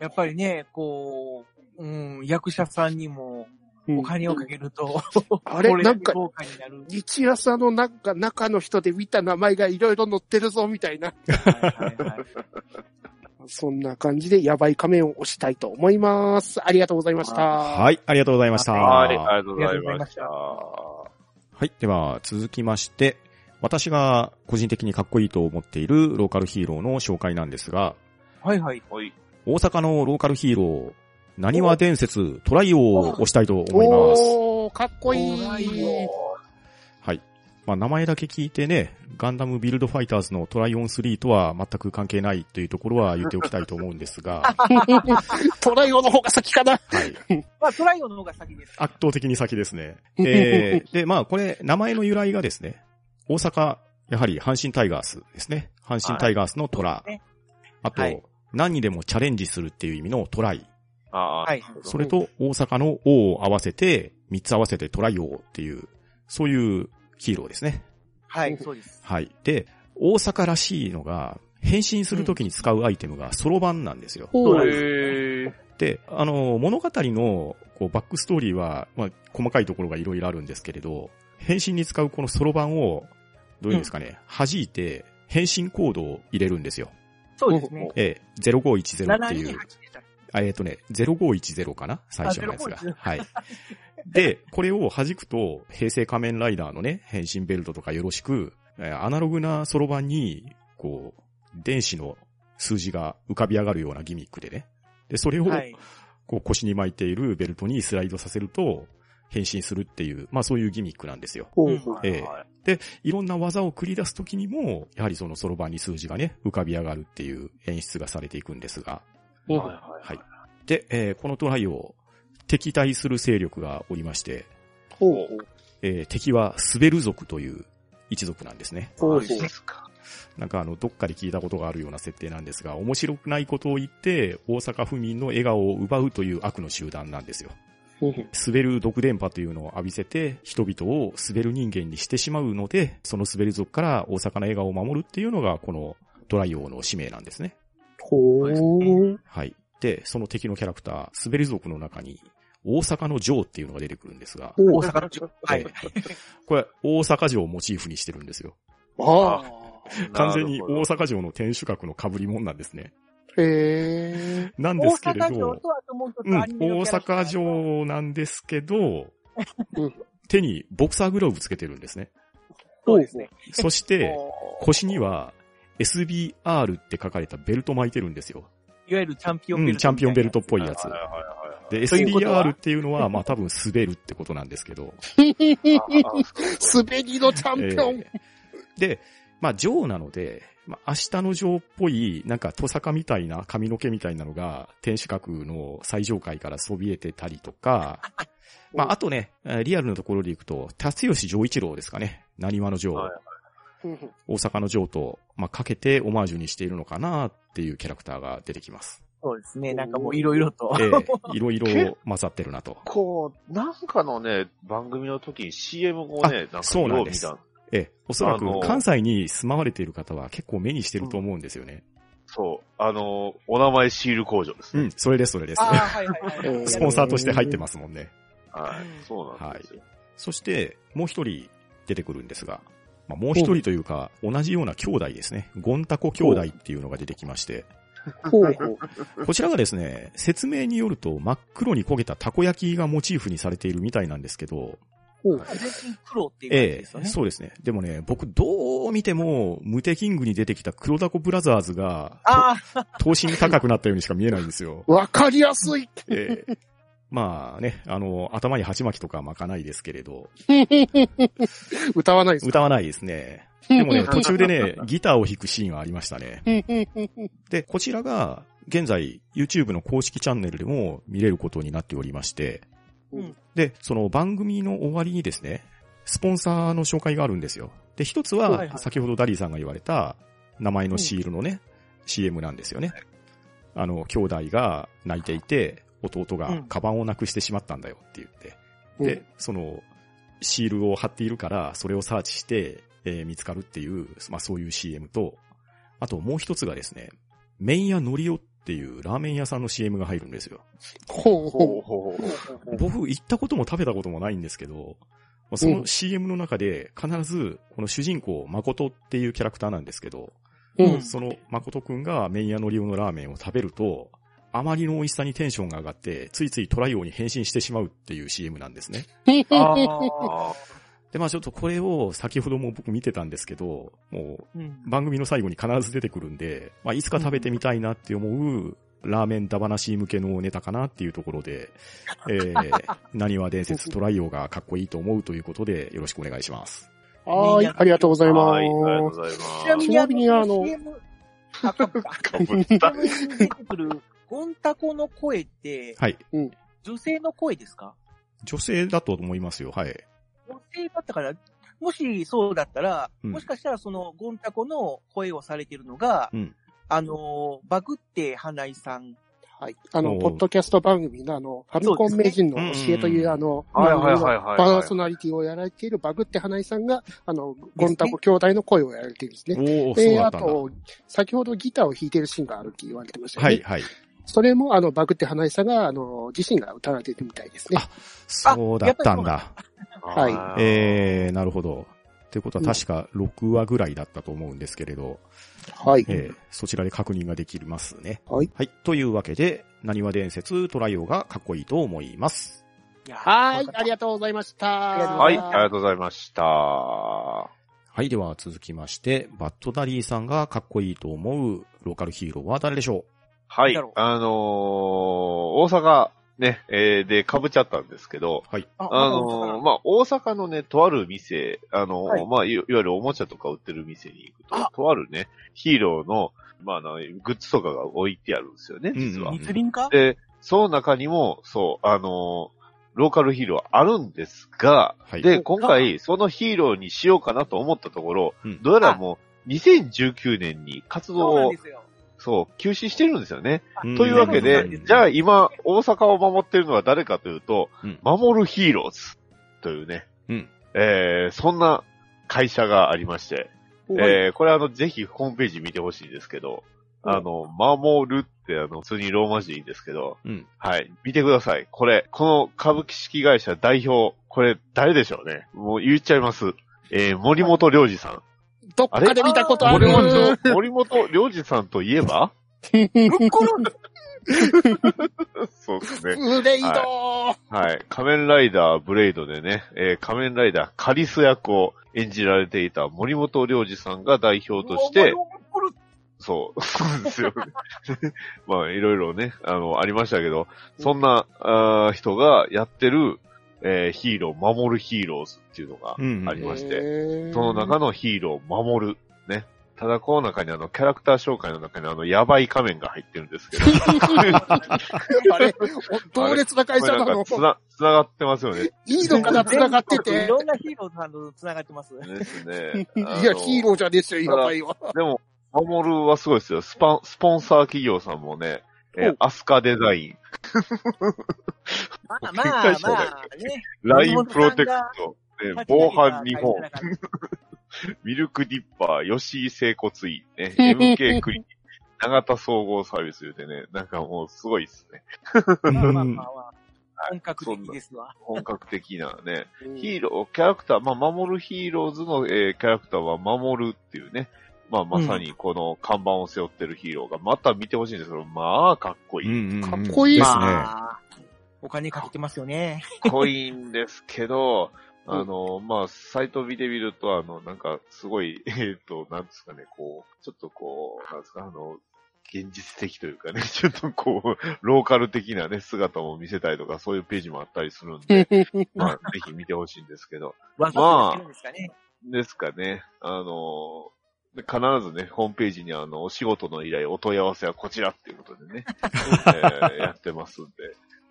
S4: やっぱりね、こう、うん、役者さんにも
S3: うん
S4: お金をかけると、
S3: あれ
S4: こ
S3: なんか
S4: 豪華になる。
S3: 日朝のなんか中の人で見た名前がいろいろ載ってるぞ、みたいな。
S4: はいはいはい
S3: そんな感じで、やばい仮面を押したいと思います。ありがとうございました。
S2: はい、ありがとうございました。
S1: はい、ありがとうございました。
S2: はい。では、続きまして、私が個人的にかっこいいと思っているローカルヒーローの紹介なんですが、
S4: はいはい。
S1: はい。
S2: 大阪のローカルヒーロー、なにわ伝説トライを押したいと思います。
S3: おー、かっこい
S4: トラ
S3: い
S4: イ。を
S2: はい。まあ、名前だけ聞いてね、ガンダムビルドファイターズのトライオン3とは全く関係ないというところは言っておきたいと思うんですが、
S3: トライオの方が先かな。
S2: はい。
S4: まあ、トライオの方が先です。
S2: 圧倒的に先ですね。えー、で、まあこれ、名前の由来がですね、大阪、やはり阪神タイガースですね。阪神タイガースのトラ。
S4: はい
S2: あと、
S4: はい
S2: 何にでもチャレンジするっていう意味のトライ。
S1: あ
S4: はい。
S2: それと大阪の O を合わせて、3つ合わせてトライ王っていう、そういうヒーローですね。
S4: はい、そうです。
S2: はい。で、大阪らしいのが、変身するときに使うアイテムがソロ版なんですよ。
S3: おー
S2: で、あの、物語のこうバックストーリーは、まあ、細かいところがいろいろあるんですけれど、変身に使うこのソロ版を、どういうんですかね、弾いて、変身コードを入れるんですよ。
S4: そうですね。
S2: ええ、0510って
S4: 728
S2: い
S4: で
S2: う、
S4: した。
S2: あえっ、とね、0510かな最初のやつ
S4: あ
S2: が
S4: 0510。
S2: はい。で、これを弾くと、平成仮面ライダーのね、変身ベルトとかよろしく、えーアナログなソロ版に、こう、電子の数字が浮かび上がるようなギミックでね。で、それを、
S4: はい。
S2: こう腰に巻いているベルトにスライドさせると変身するっていう、まあそういうギミックなんですよ。
S1: はい
S2: ええで、いろんな技を繰り出すときにも、やはりそのそろばんに数字がね、浮かび上がるっていう演出がされていくんですが。はい。で、えーこのトライを敵対する勢力がおりまして、
S3: ほう
S2: えー敵は滑る族という一族なんですね。
S3: ほうほう
S2: なんかあの、どっかで聞いたことがあるような設定なんですが、面白くないことを言って、大阪府民の笑顔を奪うという悪の集団なんですよ。滑る毒電波というのを浴びせて、人々を滑る人間にしてしまうので、その滑る族から大阪の笑顔を守るっていうのが、このドライ王の使命なんですね。
S3: ほう。
S2: はい。で、その敵のキャラクター、滑る族の中に、大阪の城っていうのが出てくるんですが、
S4: 大
S3: ほう。
S4: 阪の中はい。
S2: これ、大阪城をモチーフにしてるんですよ。
S3: あ
S2: 完全に大阪城の天守閣の被り物なんですね。
S3: あ。へえ。
S2: なん
S4: 大
S2: ですけれ
S4: 阪城
S2: ど、
S4: と、あともう一
S2: うん、
S4: つ
S2: 大
S4: アニメのキャラクター
S2: 阪城なんですけど
S3: うん、
S2: 手にボクサーグローブつけてる んですね。
S4: そうですね。
S2: そして、腰には SBR って書かれたベルト巻いてるんですよ。
S4: いわゆるチャンピオ
S2: う
S4: ンベルトみたいな。
S2: ん、チャンピオンベルトっぽいやつ
S1: はい。 はい
S2: で、
S4: ということは
S2: SBR っていうのは、まあ多分滑るってことなんですけど。
S1: はいはい。
S3: 滑りのチャンピオン。。
S2: えーで、まあ、ジョーなので、まあ、明日のジョーっぽい、なんか、トサカみたいな、髪の毛みたいなのが、天守閣の最上階からそびえてたりとか、まあ、あとね、えーリアルなところで行くと、達吉丈一郎ですかね。何わのジョー、
S1: はい
S2: 大阪のジョーと、まあ、かけてオマージュにしているのかなっていうキャラクターが出てきます。
S4: そうですね。なんかもういろいろと。
S2: えー、いろいろ混ざってるなと。
S1: こう、なんかのね、番組の時に CM をね、なんか
S2: そうなんです
S1: よう見た
S2: えー、おそら
S1: あ
S2: く
S1: のー
S2: 関西に住まわれている方は結構目にしてると思うんですよね。
S1: そう。あの、お名前シール工場です
S2: う
S1: ね。
S2: ん、それです、それです
S4: あ。あ、はいはいはい。
S2: スポンサーとして入ってますもんね。
S1: はい。そうなんですよ。
S2: そして、もう一人出てくるんですが、まあ、もう一人というか、同じような兄弟ですね。ゴンタコ兄弟っていうのが出てきまして、
S4: ほうほう。
S2: こちらがですね、説明によると真っ黒に焦げたたこ焼きがモチーフにされているみたいなんですけど、
S4: ほう。無敵黒っていう感じ
S2: え
S4: です
S2: え
S4: よね。
S2: そうですね。でもね、僕どう見ても、ムテキングに出てきた黒ダコブラザーズが、
S4: あ
S2: と頭身高くなったようにしか見えないんですよ
S3: わかりやすい。
S2: ええまあね、あの、頭に鉢巻きとか巻かないですけれど、
S3: 歌わないですか
S2: 歌わないですね。でもね、途中でね、ギターを弾くシーンはありましたね。で、こちらが、現在、YouTube の公式チャンネルでも見れることになっておりまして、
S4: うん
S2: で、その番組の終わりにですね、スポンサーの紹介があるんですよ。で、一つ
S4: はいは
S2: は、
S4: い
S2: 先ほどダリーさんが言われた、名前のシールのね、CM なんですよね。あの、兄弟が泣いていて、弟
S4: う
S2: が
S4: ん
S2: カバンをなくしてしまったんだよって言って、
S3: うん
S2: で、その、シールを貼っているから、それをサーチして、えー見つかるっていう、まあそういう CM と、あともう一つがですね、麺屋のりおっていうラーメン屋さんの CM が入るんですよ。
S3: ほう
S1: ほうほう
S3: ほ
S1: ほう。
S2: 僕行ったことも食べたこともないんですけど、まあそうの CM の中で必ず、この主人公、誠っていうキャラクターなんですけど、
S3: う。う
S4: うん
S3: ん。
S2: その誠くんが麺屋のりおのラーメンを食べると、あまりの美味しさにテンションが上がって、ついついトライオに変身してしまうっていう CM なんですね。
S4: あ。ああ。
S1: あ
S2: で、まあちょっとこれを先ほども僕見てたんですけど、もう
S4: うん。
S2: 番組の最後に必ず出てくるんで、まあ、いつか食べてみたいなって思う、ラーメンだ話向けのネタかなっていうところ で、えー、何は伝説トライオがかっこいいと思うということで、よろしくお願いします。
S3: はい、ありがとうござい
S1: ー
S3: ま
S1: はい、ありがとう
S3: す。
S1: ございます。
S4: ちなみに、あ
S3: ちなみにあの
S4: の、CM、あ、そっか。
S1: かぶ った。
S4: CM に出てくるゴンタコの声って、
S2: はい。
S4: 女性の声ですか
S2: 女性だと思いますよ。はい。
S4: 女性だったから、もしそうだったら、
S2: うん
S4: もしかしたらそのゴンタコの声をされてるのが、
S2: うん
S4: あのー、バグって花井さん。
S3: はい。あ
S2: お
S3: の、
S2: う
S3: ポッドキャスト番組のあの、ファミコン名人の教えと
S2: そうです
S3: い
S2: ね
S3: う、あの、
S1: はいはいはい
S3: 今
S1: はい
S3: パーソナリティをやられているバグって花井さんが、あの、ゴンタコ兄弟の声をやられているんですね。
S2: おー、そう
S3: で、
S2: だ
S3: あ
S2: ったんだ。
S3: と、先ほどギターを弾いてるシーンがあるって言われてましたよ
S2: は
S3: ね。
S2: い、。はい。
S3: それも、あの、バグって花井さんが、あの、自身が歌われているみたいですね。
S2: そうだったんだ。
S3: はい
S2: えー、なるほど。ということは確か6話ぐらいだったと思うんですけれど、
S3: はい。
S2: えーそちらで確認ができますね。
S3: はい。
S2: はい。というわけで、何は伝説トライオがかっこいいと思います。
S3: はい、ありがとうございました。
S4: あ
S1: は
S4: り
S1: い、ありがとうございました。は
S2: はい、では続きまして、バッドダリーさんがかっこいいと思うローカルヒーローは誰でしょ
S1: い
S4: だろう、
S1: あのー、大阪、ね、えー、で、被っちゃったんですけど、
S4: あ
S1: あのー、まあ、大阪のね、とある店、あのー、
S4: はい
S1: まあ、いわいわゆるおもちゃとか売ってる店に行くと
S4: あ、
S1: とあるね、ヒーローの、まあ、あのグッズとかが置いてあるんですよね、実は。
S2: うん
S4: 密林か
S1: で、その中にも、そう、あのーローカルヒーローあるんですが、
S2: はい
S1: で、今回、そのヒーローにしようかなと思ったところ、
S2: うん
S1: どうやらもう、2019年に活動
S4: そうなん
S1: を
S4: で、すよ。
S1: そう、休止してるんですよね。
S2: う
S1: というわけ
S4: そうなんで
S1: で、
S4: す
S1: じゃあ今、大阪を守ってるのは誰かというと、
S2: うん
S1: 守るヒーローズというね、
S2: うん
S1: えー、そんな会社がありまして、えー、これあの、ぜひホームページ見てほしいんですけど、あの、守るってあの、普通にローマ字でいいんですけど、
S2: うん。
S1: はい。見てください。これ、この株式会社代表、これ誰でしょうね。もう言っちゃいます。えー、森本良二さん。
S3: どっかで見たことあ
S1: 森
S3: る。
S4: あれ
S1: 本、森本良二さんといえば
S4: ぶっ転んだ
S1: そうですね。
S3: ブレイド
S1: はい。仮面ライダーブレイドでね、えー仮面ライダーカリス役を演じられていた森本良二さんが代表として、
S4: もうぶっ転んだ
S1: そう、そうですよ ね。まあ、いろいろね、あの、ありましたけど、そんな、あー人がやってる、えーヒーロー、守るヒーローズっていうのが
S2: うん
S1: ありまして、
S3: へー
S1: その中のヒーローを守る。ね。ただ、この中にあの、キャラクター紹介の中にあの、やばい仮面が入ってるんですけど。
S3: あれ、同列な会
S1: こ
S3: 社
S1: れ
S3: な
S1: なん
S3: の
S1: か。つな、つながってますよね。
S3: いいのかな、繋がって
S4: 全国い
S3: て。
S4: ろんなヒーローさんと繋がってます。
S1: です ね。
S3: いや、ヒーローじゃねえっすよ、今かいは。
S1: ー。でも、守るはすごいですよ。スパン、スポンサー企業さんもね、えー
S4: ほう
S1: アスカデザイン、
S4: ま あま
S1: 展
S4: あ
S1: 開した
S4: ま
S1: 方がいい
S4: あね。
S1: ラインプロテクト、ね、防犯
S4: 日
S1: 日本
S4: 本、
S1: ミルクディッパー、吉井整骨院、ね、MK クリニック、長田総合サービスでね、なんかもうすごいっすね。
S4: まあまあまあまあ。本格的ですわ。
S1: 本格的なね。ヒーロー、キャラクター、まあ、守るヒーローズの、えーキャラクターは守るっていうね、まあ、まさにこの看板を背負ってるヒーローが、また見てほしいんですけど、まあ、かっこいい。
S2: うんうんうん
S3: かっこいい
S2: で
S3: です
S2: ね。
S4: まあ、お金かけてますよね。
S1: かっこいいんですけど、
S3: うん
S1: あの、まあ、サイト見てみると、あの、なんか、すごい、え ーっ、と、なんですかね、こう、ちょっとこう、なんですか、あの、現実的というかね、 ちょっとこう、ローカル的なね、姿も見せたりとか、そういうページもあったりするんで、まあ、ぜひ見てほしいんですけど、
S4: わざとやってるんですかね。
S1: ですかね、あの、で必ずね、ホームページにあの、お仕事の依頼、お問い合わせはこちらっていうことでね、えーやってますんで、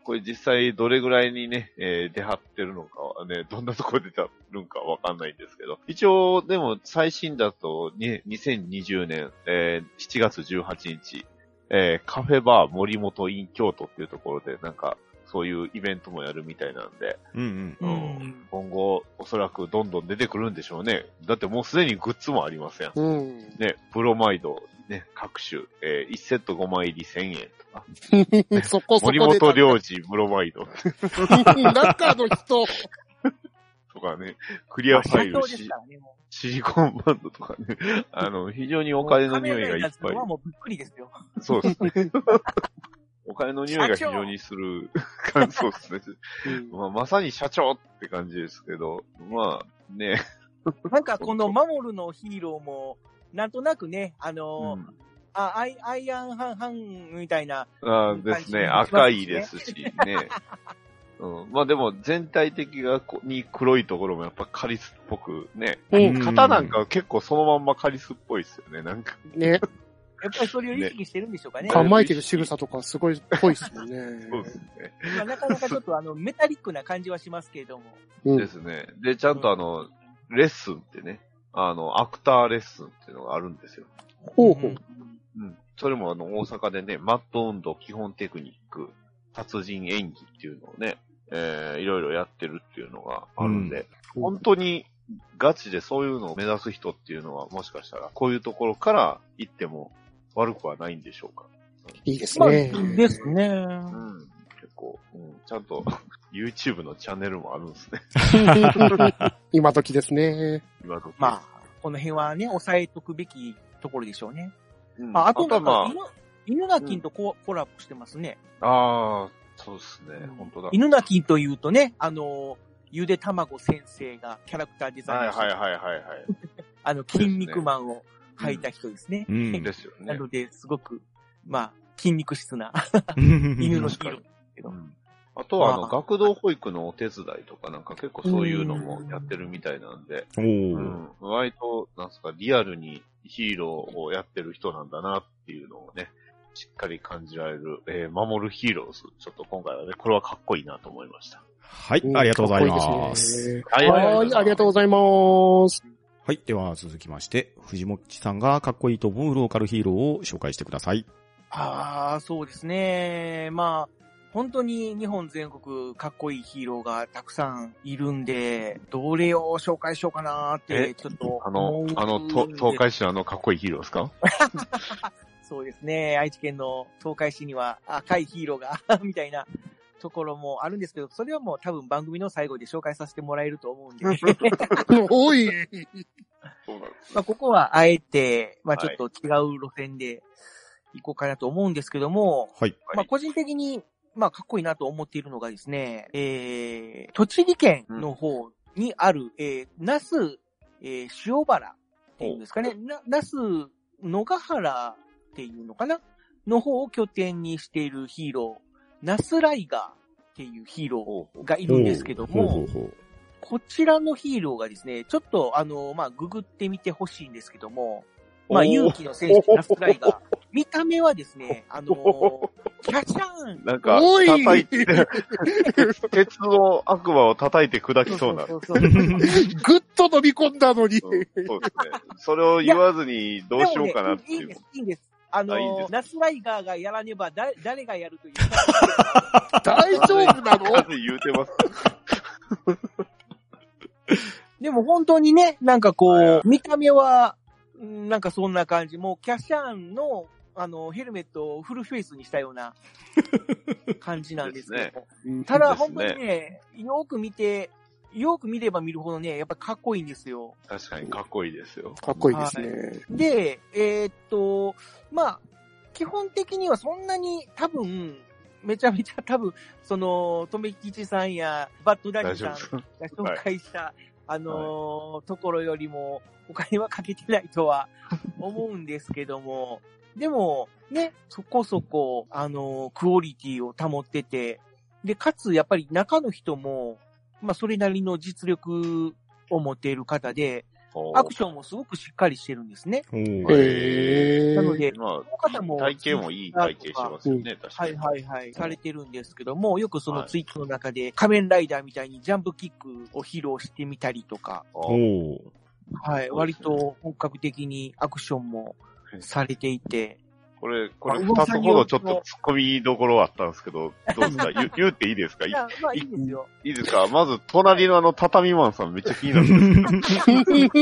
S1: これ実際どれぐらいにね、えー出張ってるのかはね、どんなところで出るんかわかんないんですけど、一応、でも最新だと、ね、2020年、えー7月18日、えーカフェバー森本イン京都っていうところで、なんか、そういうイベントもやるみたいなんで、
S2: うんう
S1: う
S2: ん。
S4: うんん。
S1: 今後、おそらくどんどん出てくるんでしょうね。だってもうすでにグッズもありません。
S3: うん。
S1: ね、ブロマイド、ね、各種、えー1セット5枚入り1000円とか、
S3: そこそこ
S1: 森
S3: で。
S1: 本良二ブロマイド
S3: 中の
S1: と
S3: 人。
S1: かね、クリアファイ
S4: まあ
S1: ル
S4: 社長です
S1: し
S4: からね、もう
S1: シリコンバンドとかね、あの、非常にお金の匂いがいっ
S4: カメラのやつ。
S1: ぱい
S4: はもうびっくりですよ。
S1: そうですね。お金の匂いが非常に する感想ですね。まあ、まさに社長って感じですけど、まあ、ね、
S4: なんかこの守るのヒーローも、なんとなくね、あのー、
S1: うん
S4: あアイアイアンハンハンみたいな、
S1: あーですね。赤いですしね。うん、まあでも全体的がこに黒いところもやっぱカリスっぽくね。
S3: うん
S1: 型なんかは結構そのまんまカリスっぽいですよね。なんか、
S3: ね、
S4: やっぱりそれを意識してるんでしょうかね。
S1: ね
S3: 構えてる仕草とかすごいっぽいですもんね。
S1: そうですね。
S4: まあなかなかちょっとあの、メタリックな感じはしますけれども。
S3: うん
S1: ですね。で、ちゃんとあの、レッスンってね、あの、アクターレッスンっていうのがあるんですよ。
S3: ほうほう。
S1: うん。それもあの、大阪でね、マット運動基本テクニック、達人演技っていうのをね、えー、いろいろやってるっていうのがあるんで、
S3: うん
S1: 本当にガチでそういうのを目指す人っていうのは、もしかしたら、こういうところから行っても悪くはないんでしょうか。
S3: いいです
S4: まあ、
S3: ね。
S4: ですね。
S1: うん。結構、うん、ちゃんと YouTube のチャンネルもあるんですね。
S3: 今時ですね。
S1: 今時。
S4: まあ、この辺はね、抑えとくべきところでしょうね。
S1: うん
S4: ああと
S1: は
S4: なん
S1: まあ
S4: か、犬、犬鳴きんとコ,、コラボしてますね。
S1: ああ、そうですね。本当だ。
S4: 犬鳴きんというとね、あの、ゆで卵先生がキャラクターデザイン
S1: はい
S4: をして
S1: はいはいはいは
S4: あの、筋肉マンを履いた人ですね。
S2: う
S1: い。
S2: ん
S1: で。すよ
S4: な
S1: ね。
S4: ので、すごく、まあ、筋肉質な犬のヒーロー。
S1: うんあとは、あの、
S4: あー
S1: 学童保育のお手伝いとかなんか結構そういうのもやってるみたいなんで、
S2: お
S1: う
S2: ー。
S1: ん。割と、なんすか、リアルにヒーローをやってる人なんだなっていうのをね、しっかり感じられる、えー守るヒーローズ。ちょっと今回はね、これはかっこいいなと思いました。
S2: はい、ありがとうございま。
S3: かっこいいですね
S1: は
S3: はい、ありがとうございます。
S2: はい、では続きまして、藤本さんがかっこいいと思うローカルヒーローを紹介してください。
S4: ああ、そうですね。まあ、本当に日本全国かっこいいヒーローがたくさんいるんで、どれを紹介しようかなーって、
S1: え
S4: ちょっと
S1: あ
S4: 思
S1: の
S4: うんで、す。
S1: あの、と東海市のあのかっこいいヒーローですか
S4: そうですね。愛知県の東海市には赤いヒーローが 、みたいなところもあるんですけど、それはもう多分番組の最後で紹介させてもらえると思うんで、
S3: おい。
S1: そうなんで
S4: まあ、ここはあえて、まあ、
S1: は
S4: ち
S1: い
S4: ょっと違う路線で行こうかなと思うんですけども、
S2: はい。
S1: はい
S4: まあ、個人的に、まあ、かっこいいなと思っているのがですね、えー、栃木県の方にある、えー、那須、えー、塩原っていうんですかね、な、那須野ヶ原っていうのかなの方を拠点にしているヒーロー、那須ライガーっていうヒーローがいるんですけども、
S2: ほうほうほう
S4: こちらのヒーローがですね、ちょっとあの、まあ、ググってみてほしいんですけども、まあ、
S1: おー
S4: 勇気の戦士、ラスライ ガー。見た目はですね、あのーキャシャーン
S1: なんか、
S3: おい
S1: 叩いて、鉄の悪魔を叩いて砕きそうな。
S4: そうそうそうそう
S3: ぐっと飲み込んだの
S1: う
S3: に。
S1: んそうですね。それを言わずにどうしようかなって
S4: でもねいいん
S1: い
S4: で
S1: う
S4: す。、いいんです。あの
S1: あいいんで
S4: ー
S1: す
S4: ラスライガーがやらねば、だ、誰がやるという。
S3: 大丈夫なの
S1: 数言うてます。
S4: でも本当にね、なんかこ
S1: は
S4: う、見た目は、うんなんかそんな感じ。もう、キャシャーンの、あの、ヘルメットをフルフェイスにしたような感じなんですけど
S1: です
S4: ただ
S1: です
S4: 本
S1: ね
S4: 当にね、よく見て、よく見れば見るほどね、やっぱかっこいいんですよ。
S1: 確かにかっこいいですよ。
S3: かっこいいですね。
S4: で、えーっと、まあ、基本的にはそんなに多分、めちゃめちゃ多分、その、とめきちさんや、バッドダディ
S1: 大丈
S4: さん
S1: 夫ですか
S4: が紹介した、あのーところよりも、お金はかけてないとは思うんですけども、でも、ね、そこそこ、あのークオリティを保ってて、で、かつ、やっぱり中の人も、まあ、それなりの実力を持っている方で、
S1: おー
S4: アクションもすごくしっかりしてるんですね。
S2: おー
S1: はい
S3: えー。
S4: なので、
S1: ま
S4: この方も
S1: あ、体型もいい体型してますよね、確
S4: は
S1: か
S4: い
S1: に。。
S4: はいいはい。されてるんですけども、よくその
S1: はい
S4: ツイートの中で、仮面ライダーみたいにジャンプキックを披露してみたりとか、
S2: おー
S4: はい。
S1: そうで
S4: 割
S1: すね
S4: と本格的にアクションもされていて、
S1: これ、これ
S4: あ
S1: 二つほどちょっと突っ込みどころあったんですけど、どうで すか言う言うていいですかい
S4: いや、まあいいですよ。
S1: いいですかまず、隣のあの、畳マンさんめっちゃ気になるん です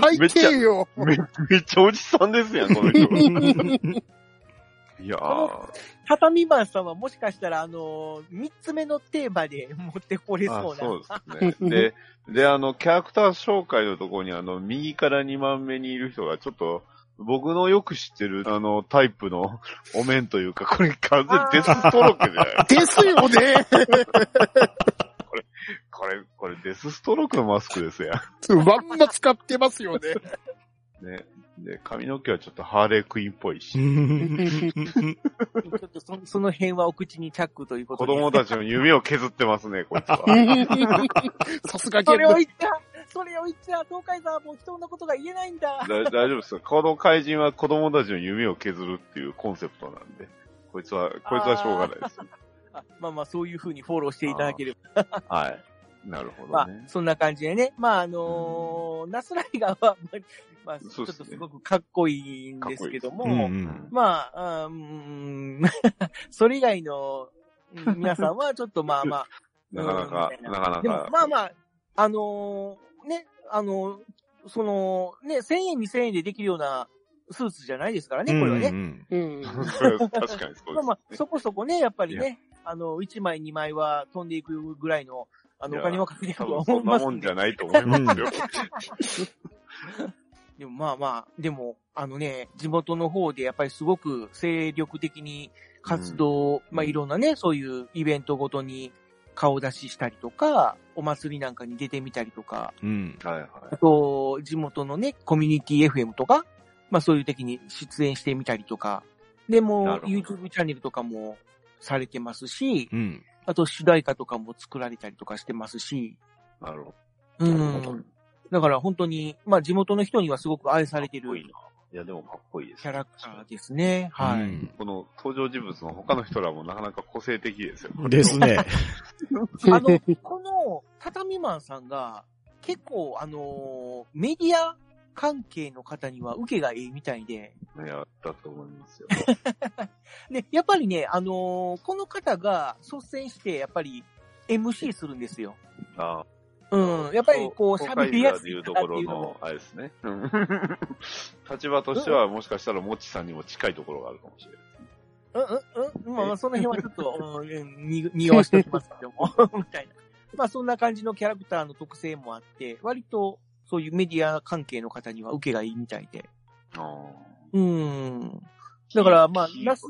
S3: 大抵よ。
S1: けど。めめっちゃおじさんですやん、この人。 いやー。
S4: 畳番さんはもしかしたら、あのー、三つ目のテーマで持ってこれそうな。
S1: あそうですね。で、で、あの、キャラクター紹介のところに、あの、右から2番目にいる人が、ちょっと、僕のよく知ってる、あの、タイプのお面というか、これ完全にデスストロークじゃない
S3: ですよね。
S1: これ、これデスストロークのマスクですやん。
S3: まんま使ってますよね。
S1: ね。 で、髪の毛はちょっとハーレークイーンっぽいし、
S4: ちょっとそその辺はお口にチャックというこ
S1: 子
S4: とで。
S1: 供たちの夢を削ってますね、こいつ は。
S3: さすがゲ
S4: それを
S3: ーム。
S4: 言っちゃ、それを言っちゃ、東海さんはもう人のことが言えないんだ。
S1: だ大丈夫ですよ。この怪人は子供たちの夢を削るっていうコンセプトなんで、こいつは、こいつはしょうがないです。
S4: あまあまあ、そういうふうにフォローしていただければ
S1: はい。なるほ
S4: ま
S1: ど
S4: あ
S1: ね、。
S4: そんな感じでね。まあ、あのーナスライガーは、まあ、まあち
S1: そ
S4: ょ
S1: う
S4: っ
S1: で
S4: と
S1: すね
S4: すごくかっこいいんですけども、
S2: かっこいいですねうんうん
S4: まあ、あーうーん、 それ以外のうん皆さんはちょっとまあまあ、
S1: なかなか
S4: うんみ、た
S1: な
S4: な
S1: い かな
S4: でも
S1: か。
S4: まあまあ、あのーね、あのーその、ね、1000円2000円でできるようなスーツじゃないですからね、これはね。
S2: うん
S3: うん。
S1: それは確かにそう
S4: まあま
S1: で
S4: あ、
S1: すね。
S4: そこそこね、やっぱりね、あの、1枚2枚は飛んでいくぐらいの、あ
S1: い
S4: の、
S1: や
S4: お金はかけてる
S1: 多
S4: とは
S1: 分
S4: 思い
S1: そんな
S4: ます
S1: も
S4: ん
S1: ん
S4: で
S1: じゃないと思いますよ。
S4: でもまあまあ、でも、あのね、地元の方でやっぱりすごく精力的に活動、
S1: うん
S4: まあ
S1: うん
S4: いろんなね、そういうイベントごとに顔出ししたりとか、お祭りなんかに出てみたりとか、
S2: うん。
S1: はいはい。
S4: あと、地元のね、コミュニティ FM とか、まあそういう時に出演してみたりとか、で
S1: な
S4: も、
S1: るほど
S4: YouTube チャンネルとかもされてますし、
S2: うん。
S4: あと主題歌とかも作られたりとかしてますし、
S1: なるほ
S4: う
S1: ど。なるほど
S4: ん。だから本当に、まあ地元の人にはすごく愛されて
S1: かっこい
S4: る
S1: いな。いや、でもかっこいいです。
S4: キャラクターですね。はい。
S2: うん
S1: この登場人物の他の人らもなかなか個性的ですよ。
S2: ですね。
S4: あの、この、畳マンさんが、結構、あのーメディア関係の方には受けがいいみたいで、
S1: いや、だと思います よ。
S4: で、やっぱりね、あのーこの方が率先して、やっぱり MC するんですよ。
S1: あ
S4: うん、やっぱりこう、
S1: 東
S4: 喋
S1: 海
S4: り
S1: ザ
S4: や
S1: ー
S4: す
S1: でい
S4: いう
S1: と
S4: 方
S1: こ
S4: ってい
S1: ろ
S4: うの
S1: の
S4: も、、
S1: あれですね。うん 立場としては、もしかしたら、もちさんにも近いところがあるかもしれない。
S4: うんうんうん、まあまあ、その辺はちょっと、うんうん、に匂わしておきますけども、 みたいな。まあ、そんな感じのキャラクターの特性もあって、割と、そういうメディア関係の方には受けがいいみたいで。うん。だからまあナス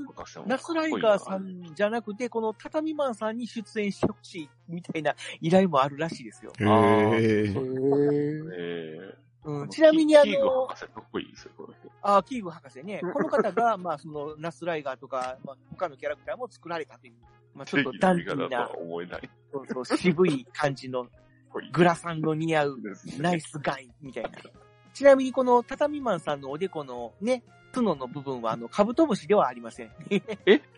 S4: ナスライガーさ
S1: ん。
S4: んじゃなくて、この畳マンさんに出演してほしいみたいな 依頼もあるらしいですよ。
S2: へ
S3: え
S2: ー
S3: ー
S1: ええ
S4: うん、ちなみにあ
S1: キーグ
S4: の、
S1: 博士かっこいいですよ、これ。
S4: あーキーグ博士 ね、この方が、まあ、その、ナスライガーとか、まあ、他のキャラクターも作られたという、まあ、ちょっとダンディー
S1: と
S4: な
S1: は、思えない。か
S4: そうそう渋い感じの
S1: っこいい
S4: グラサンの似合う
S1: ですね
S4: ナイスガイみたいな。ちなみにこの畳マンさんのおでこのね、角の部分は、あの、カブトムシではありません。
S1: え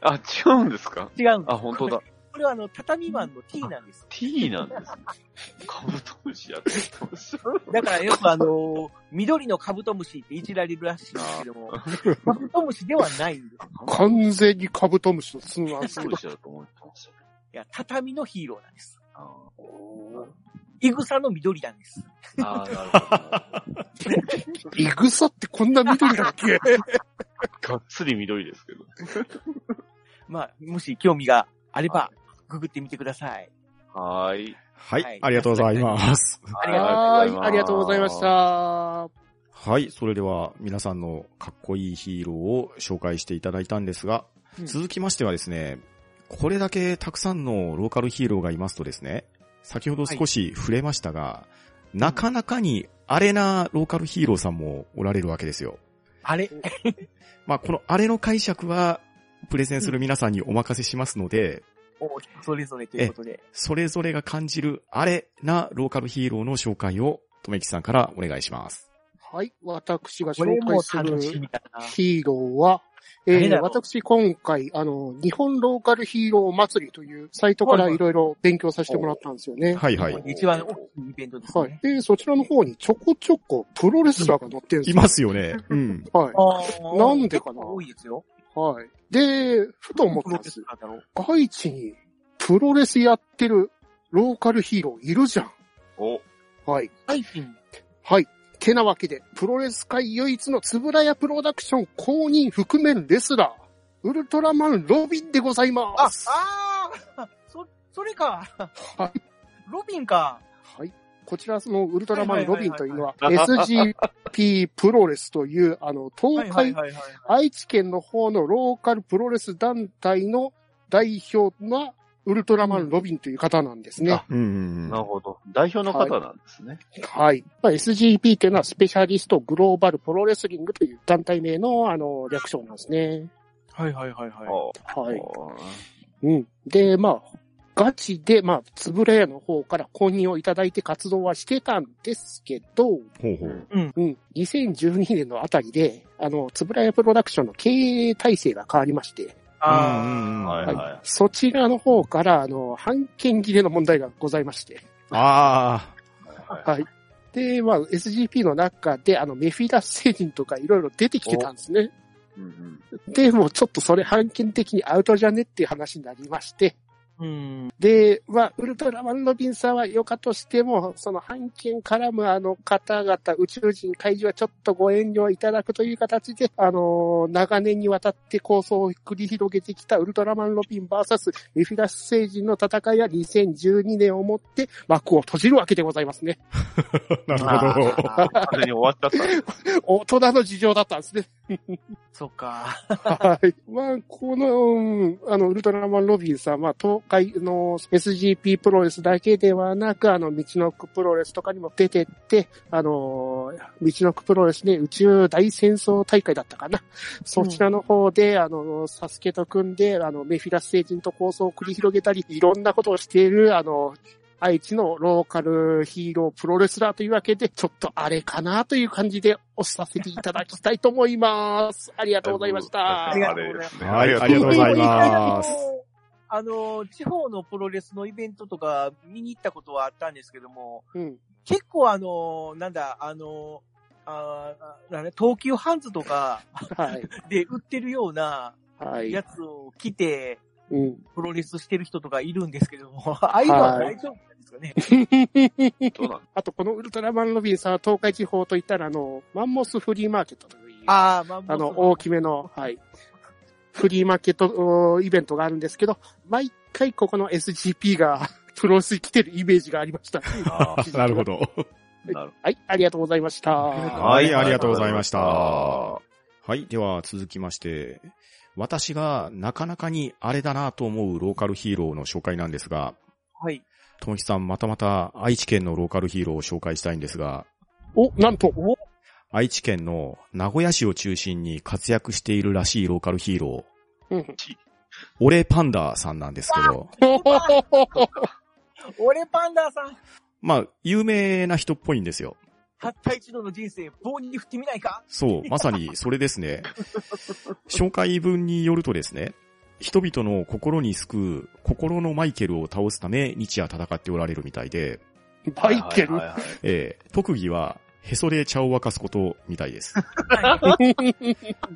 S1: あ、違うんですか
S4: 違うんです。
S1: あ、本当だ。
S4: これはあの、畳マンの T なんです。
S1: T なんですね。カブトムシやってました。
S4: だからよくあのー緑のカブトムシっていじられるらしいんですけど も、カブトムシではないんです。
S3: 完全にカブトムシの角な
S1: カブ
S3: んです
S1: ト
S3: け
S1: ム
S3: ど。
S1: シだと思ってました。
S4: いや、畳のヒーローなんです。
S1: あ
S4: イグサの緑なんです。
S1: ーあー、なるほど。
S3: イグサってこんな緑だっけ
S1: がっつり緑ですけど。
S4: まあ、もし興味があれば、ググってみてください。
S1: はーい。
S2: はい、
S4: はい
S2: ありがとうございます。
S1: あ
S3: はい、ありがとうございまし。た。
S2: はい、それでは皆さんのかっこいいヒーローを紹介していただいたんですが、
S4: うん
S2: 続きましてはですね、これだけたくさんのローカルヒーローがいますとですね、先ほど少し触れましたが、なかなかにアレなローカルヒーローさんもおられるわけですよ。
S4: あれ
S2: まあ、このアレの解釈は、プレゼンする皆さんにお任せしますので、
S4: おそれぞれということで。
S2: それぞれが感じるアレなローカルヒーローの紹介を、とめきさんからお願いします。
S3: はい、私が
S4: こ
S3: 紹
S4: れも
S3: 介す
S4: 楽し
S3: る
S4: みだな。
S3: ヒーローは、え
S4: 誰だ
S3: ー、
S4: ろう
S3: 私今回、あの、日本ローカルヒーロー祭りというサイトからいろいろ勉強させてもらったんですよね。
S2: はいはい。
S4: 一番大きいイベントです
S3: はい
S4: ね。。
S3: で、そちらの方にちょこちょこプロレスラーが乗ってるんで
S2: い
S3: すよ。
S2: ますよね。うん。
S3: はい。
S4: あー
S3: なんでか
S4: 結
S3: な
S4: 構多いですよ。
S3: はい。で、ふと思ったんです。
S4: プロレスラーだろう
S3: 外地にプロレスやってるローカルヒーローいるじゃん。
S1: お、
S3: はい。
S4: 最近、
S3: はい。てなわけで、プロレス界唯一のつぶらやプロダクション公認覆面レスラー、ウルトラマンロビンでございま
S4: あ
S3: す。、
S4: ああそ、それか。
S3: は
S4: ロビンか。
S3: はい。こちら、その、ウルトラマンロビンというのは、
S1: はいはい
S3: SGP プロレスという、あの、東海、
S4: はいはい。
S3: 愛知県の方のローカルプロレス団体の代表が、ウルトラマンロビンという方なんですね
S1: あ。
S2: うんうんう。
S1: なんるほど。代表の方なんですね。
S3: はい。まあ、SGP というのは、スペシャリストグローバルプロレスリングという団体名の、あの、略称なんですね。
S4: はいはいはいはい。
S1: お
S3: はい。
S1: お
S3: うん。で、まあ、ガチで、まあ、つぶらやの方から公認をいただいて活動はしてたんですけど、
S2: ほうほう。
S3: うん、2012年のあたりで、あの、つぶらやプロダクションの経営体制が変わりまして、
S2: うんうんうん
S4: あ
S1: はいはい。
S3: そちらの方から、あの、判権切れの問題がございまして、
S2: あ
S1: は
S3: はい。で、まあ、SGP の中で、あの、メフィラス星人とかいろいろ出てきてたんですね。
S1: い。うん
S3: で、もうちょっとそれ判権的にアウトじゃねっていう話になりまして、
S4: ーうん。
S3: で、まあ、ウルトラマンロビンさんはよかとしても、その判権絡むあの方々、宇宙人怪獣はちょっとご遠慮いただくという形で、あのー長年にわたって構想を繰り広げてきたウルトラマンロビン VS メフィラス星人の戦いは2012年をもって幕を閉じるわけでございますね。
S2: あ、な
S1: うん。
S2: るほど。
S1: あー。完全に終わっちゃったね。
S3: 大人の事情だったんですね。
S4: そっか。
S3: はい。まあ、この、うんあの、ウルトラマンロビンさんは、東海の SGP プロレスだけではなく、あの、道のくプロレスとかにも出てって、あの、道のくプロレスね、宇宙大戦争大会だったかな。そちらの方で、あの、サスケと組んで、あの、メフィラス星人と構想を繰り広げたり、いろんなことをしている、あの、愛知のローカルヒーロープロレスラーというわけで、ちょっとあれかなという感じで押させていただきたいと思います。ありがとうございました。
S1: あ
S4: りが
S1: れですね。
S2: はい
S1: あ
S2: あ
S1: りがとう
S2: りがとう
S1: ご
S2: ご
S1: ざ
S2: ざ
S1: い
S2: い
S1: ま
S2: ます
S4: あの、地方のプロレスのイベントとか見に行ったことはあったんですけども、
S3: うん。
S4: 結構あの、なんだ、あの、あーなんだね東急ハンズとか
S3: はい。
S4: で売ってるような
S3: はい。
S4: やつを着て、
S3: うん。
S4: プロレスしてる人とかいるんですけども、 ああいうのは大丈夫なんですかね。
S1: す。どうなん
S3: あと、このウルトラマンロビンさんは東海地方といったら、あの、マンモスフリーマーケットという、あ
S4: ああ、まあ、もう
S3: の、
S4: そ
S3: 大きめの、はい。フリーマーケットおイベントがあるんですけど、毎回ここの SGP がプロレスに来てるイメージがありました。
S1: あー
S2: なるほど。
S1: なる
S3: はい、ありがとうございました。
S2: は、
S3: はい
S2: ありがとうございました。
S1: あ
S2: はい、では続きまして、私がなかなかにあれだなと思うローカルヒーローの紹介なんですが、
S4: うはい。
S2: ともきさんまたまた愛知県のローカルヒーローを紹介したいんですが、
S3: お、なんと、
S2: 愛知県の名古屋市を中心に活躍しているらしいローカルヒーロー、
S3: うん。
S2: オレパンダさんなんですけど、
S4: 俺パンダーさん、
S2: まあ、有名な人っぽいんですよ。
S4: 八対一度の人生、棒に振ってみないか
S2: そう、まさにそれですね。紹介文によるとですね、人々の心に救う心のマイケルを倒すため日夜戦っておられるみたいで、
S3: バイケル
S1: はいはいはい
S2: えー特技はへそで茶を沸かすことみたいです。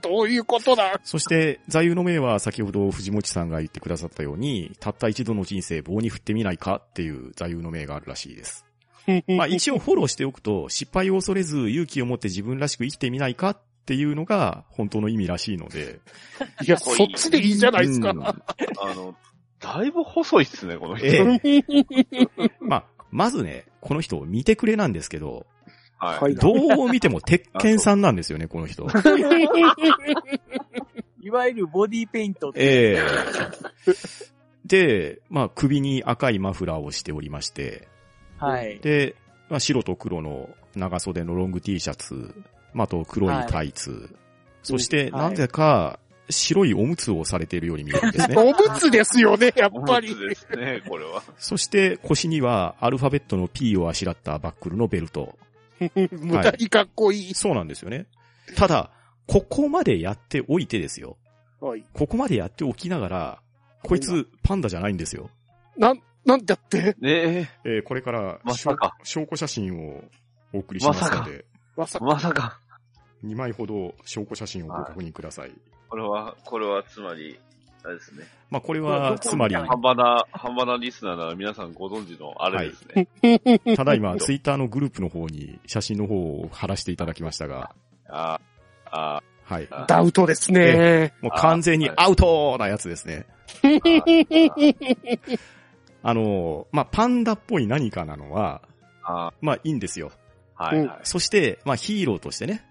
S3: どういうことだ
S2: そして、座右の銘は先ほど藤持さんが言ってくださったように、たった一度の人生棒に振ってみないかっていう座右の銘があるらしいです。まあ一応フォローしておくと、失敗を恐れず勇気を持って自分らしく生きてみないかっていうのが本当の意味らしいので。
S3: いや、そっちでいいじゃないですか。
S2: うん
S1: あの、だいぶ細いですね、この人。
S2: ええまあ、まずね、この人見てくれなんですけど、
S1: はい。
S3: はい
S2: どう見ても鉄拳さんなんですよね、この人。
S4: いわゆるボディーペイントって
S2: ええで、まあ首に赤いマフラーをしておりまして、
S4: はい。
S2: で、まあ、白と黒の長袖のロング T シャツ、まあ、あと黒いタイツ、そして
S4: うん
S2: なぜか白いおむつをされているように見えるんです ね。
S3: おむつですよね、やっぱり
S1: お。むつですね、これは。
S2: そして腰にはアルファベットの P をあしらったバックルのベルト。
S3: 無駄にかっこいい。
S2: そうなんですよね。ただ、ここまでやっておいてですよ。
S3: はい。
S2: ここまでやっておきながら、こいつパンダじゃないんですよ。
S3: なん、なんだって
S1: ね
S2: えーこれから、
S1: まさか
S2: 証証拠写真をお送りしますので、
S3: まさ
S1: え、
S3: か。
S1: まさか。
S2: 2枚ほど証拠写真をご確認ください。
S1: これは、これはつまり、あれですね。
S2: まあ、これ
S4: まあど
S2: は、
S4: こ
S2: つまり、
S4: みたい
S1: ハンバナ、ハンバナリスナーなら皆さんご存知のあれですね。
S2: ただいま、ツイッターのグループの方に写真の方を貼らせていただきましたが、
S1: あーあー、
S2: はい。
S1: あ
S3: ダウトですね。
S2: もう完全にアウトなやつですね。
S1: ー
S2: あのー、まあ、パンダっぽい何かなのは、
S1: あー、
S2: まあ、いいんですよ。
S1: はいはい。
S2: そして、まあ、ヒーローとしてね、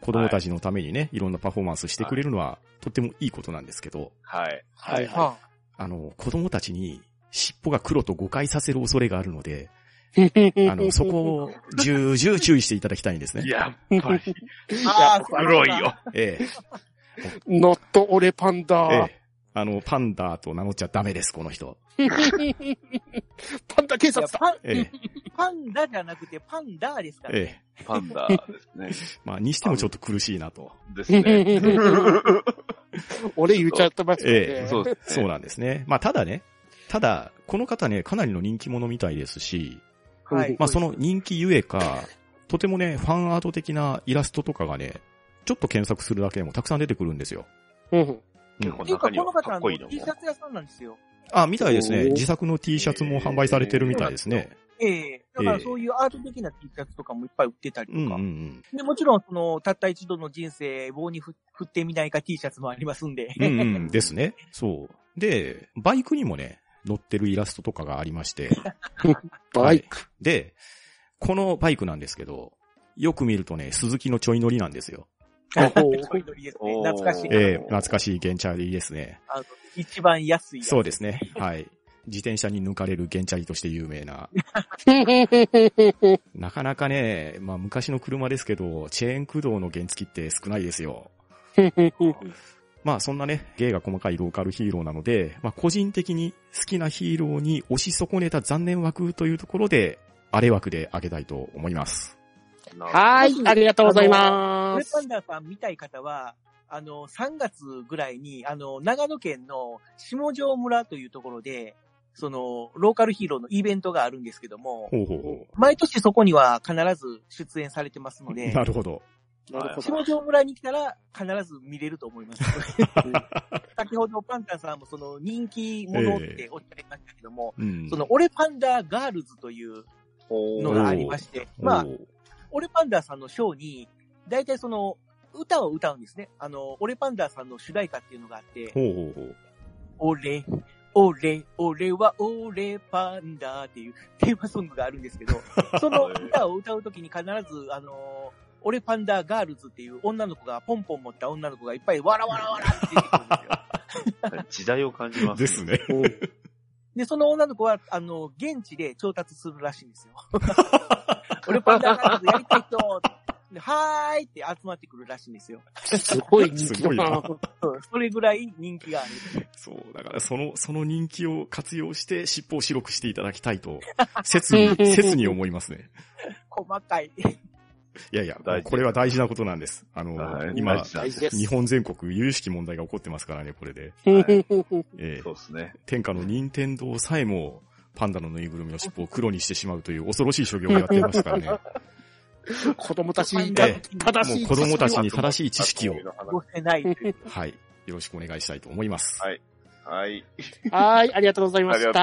S2: 子供たちのためにね、いろんなパフォーマンスしてくれるのは、とってもいいことなんですけど、
S1: はい。
S3: はいは
S4: は
S2: あの、子供たちに尻尾が黒と誤解させる恐れがあるので、
S3: い。
S2: あの、そこを重々注意していただきたいんですね。
S1: やっ ぱり、
S4: あー
S1: 黒いよ。
S2: ええ、
S3: ノット俺パン
S2: え
S3: ダ。
S2: え。あの、パンダと名乗っちゃダメです、この人。
S3: パンダ
S4: い
S3: 警
S4: や
S3: 察だ。
S4: パン
S2: ええ、
S4: パンダじゃなくてパンダーですから。
S2: え
S4: ね
S2: え。
S1: パンダですね。
S2: まあ、にしてもちょっと苦しいなと。
S1: ですね。
S3: 俺言っちゃってましたね。
S2: ええ
S1: そうです
S2: そう
S1: ね。
S2: なんですね。まあ、ただね、ただ、この方ね、かなりの人気者みたいですし、
S4: はい。
S2: まあ、その人気ゆえか、とてもね、ファンアート的なイラストとかがね、ちょっと検索するだけでもたくさん出てくるんですよ。
S3: うん
S2: うん
S1: 結構
S4: っていうか、
S1: 中に
S4: この
S1: はか
S4: 方、
S1: っ
S4: あ
S1: こいい
S4: の
S1: のも
S4: T シャツ屋さんなんですよ。
S2: あ、みたいです
S3: お
S2: ね。
S3: ー
S2: 自作の T シャツも販売されてるみたいですね。
S4: ええだか
S2: え
S4: ら
S2: え
S4: そういうアート的な T シャツとかもいっぱい売ってたり
S2: うん
S4: と
S2: うんう
S4: か。
S2: ん。
S4: で、もちろん、その、たった一度の人生、棒にふ振ってみないか T シャツもありますんで。
S2: うんうんですね。そう。で、バイクにもね、乗ってるイラストとかがありま して。
S3: バイク。
S2: で、このバイクなんですけど、よく見るとね、鈴木のちょい乗りなんですよ。
S4: ちょ い乗りですね。懐かしい。
S1: ええ
S2: ええ懐かしいゲンチャリですね。
S4: あの一番安いやつ。
S2: そうですね。はい。自転車に抜かれるゲンチャリとして有名な。なかなかね、まあ昔の車ですけど、チェーン駆動の原付きって少ないですよ。まあそんなね、芸が細かいローカルヒーローなので、まあ個人的に好きなヒーローに押し損ねた残念枠というところで、あれ枠であげたいと思います。
S3: はい、ありがとうございま
S4: レ
S3: す
S4: パ。ンダーさん見たい方は、あの、3月ぐらいに、あの、長野県の下条村というところで、その、ローカルヒーローのイベントがあるんですけども、
S2: ほうほうほ
S4: 毎年そこには必ず出演されてますの
S2: う。
S4: で
S2: な、るほど。
S1: なるほど
S4: 下条村に来たら必ず見れると思 います。先ほどパンダーさんもその人気者っておっしゃいましたけども、
S2: うん。
S4: その、俺パンダーガールズというのがありまして、まあ
S2: お、う
S4: 俺パンダーさんのショーに、大体その、歌を歌うんですね。あの、俺パンダーさんの主題歌っていうのがあって、
S2: ほうほうほう。
S4: 俺、俺、俺は俺パンダーっていうテーマソングがあるんですけど、その歌を歌うときに必ず、あの、俺パンダーガールズっていう女の子が、ポンポン持った女の子がいっぱいわらわらわらって出てくるんですよ。
S1: 時代を感じます。
S2: です。ね。
S4: で、その女の子は、あの、現地で調達するらしいんですよ。俺パンダーガールズやりたい人ではーいって集まってくるらしいんですよ。
S3: すごい人気だな。
S4: そうそれぐらい人気がある。
S2: そう、だからその、その人気を活用して尻尾を白くしていただきたいと、切 に、切に思いますね。
S4: 細かい。
S2: いやいや
S1: 大事、
S2: これは大事なことなんです。あの、
S1: はい
S2: 今
S1: 大、事なんです
S3: で
S2: 日本全国有識問題が起こってますからね、これで。ええ
S1: そうですね。
S2: 天下の任天堂さえも、パンダのぬいぐるみの尻尾を黒にしてしまうという恐ろしい所業をやっていました からね。も
S3: 子供たちに
S2: え
S3: 正し
S2: う
S3: い
S2: 子供たちに正しい知識を、
S4: ごせないという。
S2: はい、よろしくお願いしたいと思います。
S1: はいはい。
S3: はい、ありがとうござ
S1: あ
S3: い
S1: り
S3: ま
S1: が
S3: し
S1: とうござい
S3: た。
S1: ました。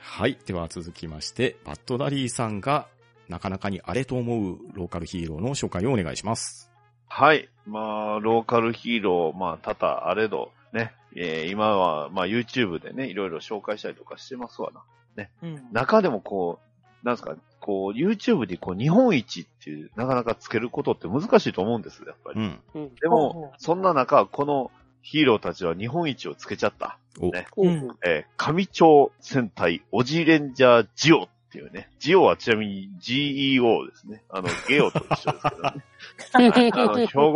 S2: はい。では続きまして、バッドダリーさんが、なかなかにあれと思うローカルヒーローの紹介をお願いします。
S1: はい。まあ、ローカルヒーロー、まあ、ただあれど、ね。えー今は、まあ、YouTube でね、いろいろ紹介したりとかしてますわな。ね。
S4: うん。
S1: 中でもこう、なんですか、こう、YouTube にこう、日本一っていう、なかなかつけることって難しいと思うんです、やっぱり。
S2: うん。
S3: うん。
S1: で
S4: ほうほ
S1: も
S4: う、
S1: そんな中、このヒーローたちは日本一をつけちゃった。
S2: お、
S1: ね
S4: うん
S1: えー上町戦隊オジレンジャージオっていうね。ジオはちなみに GEO ですね。あの、ゲオと一緒ですけどね。あの、兵庫県三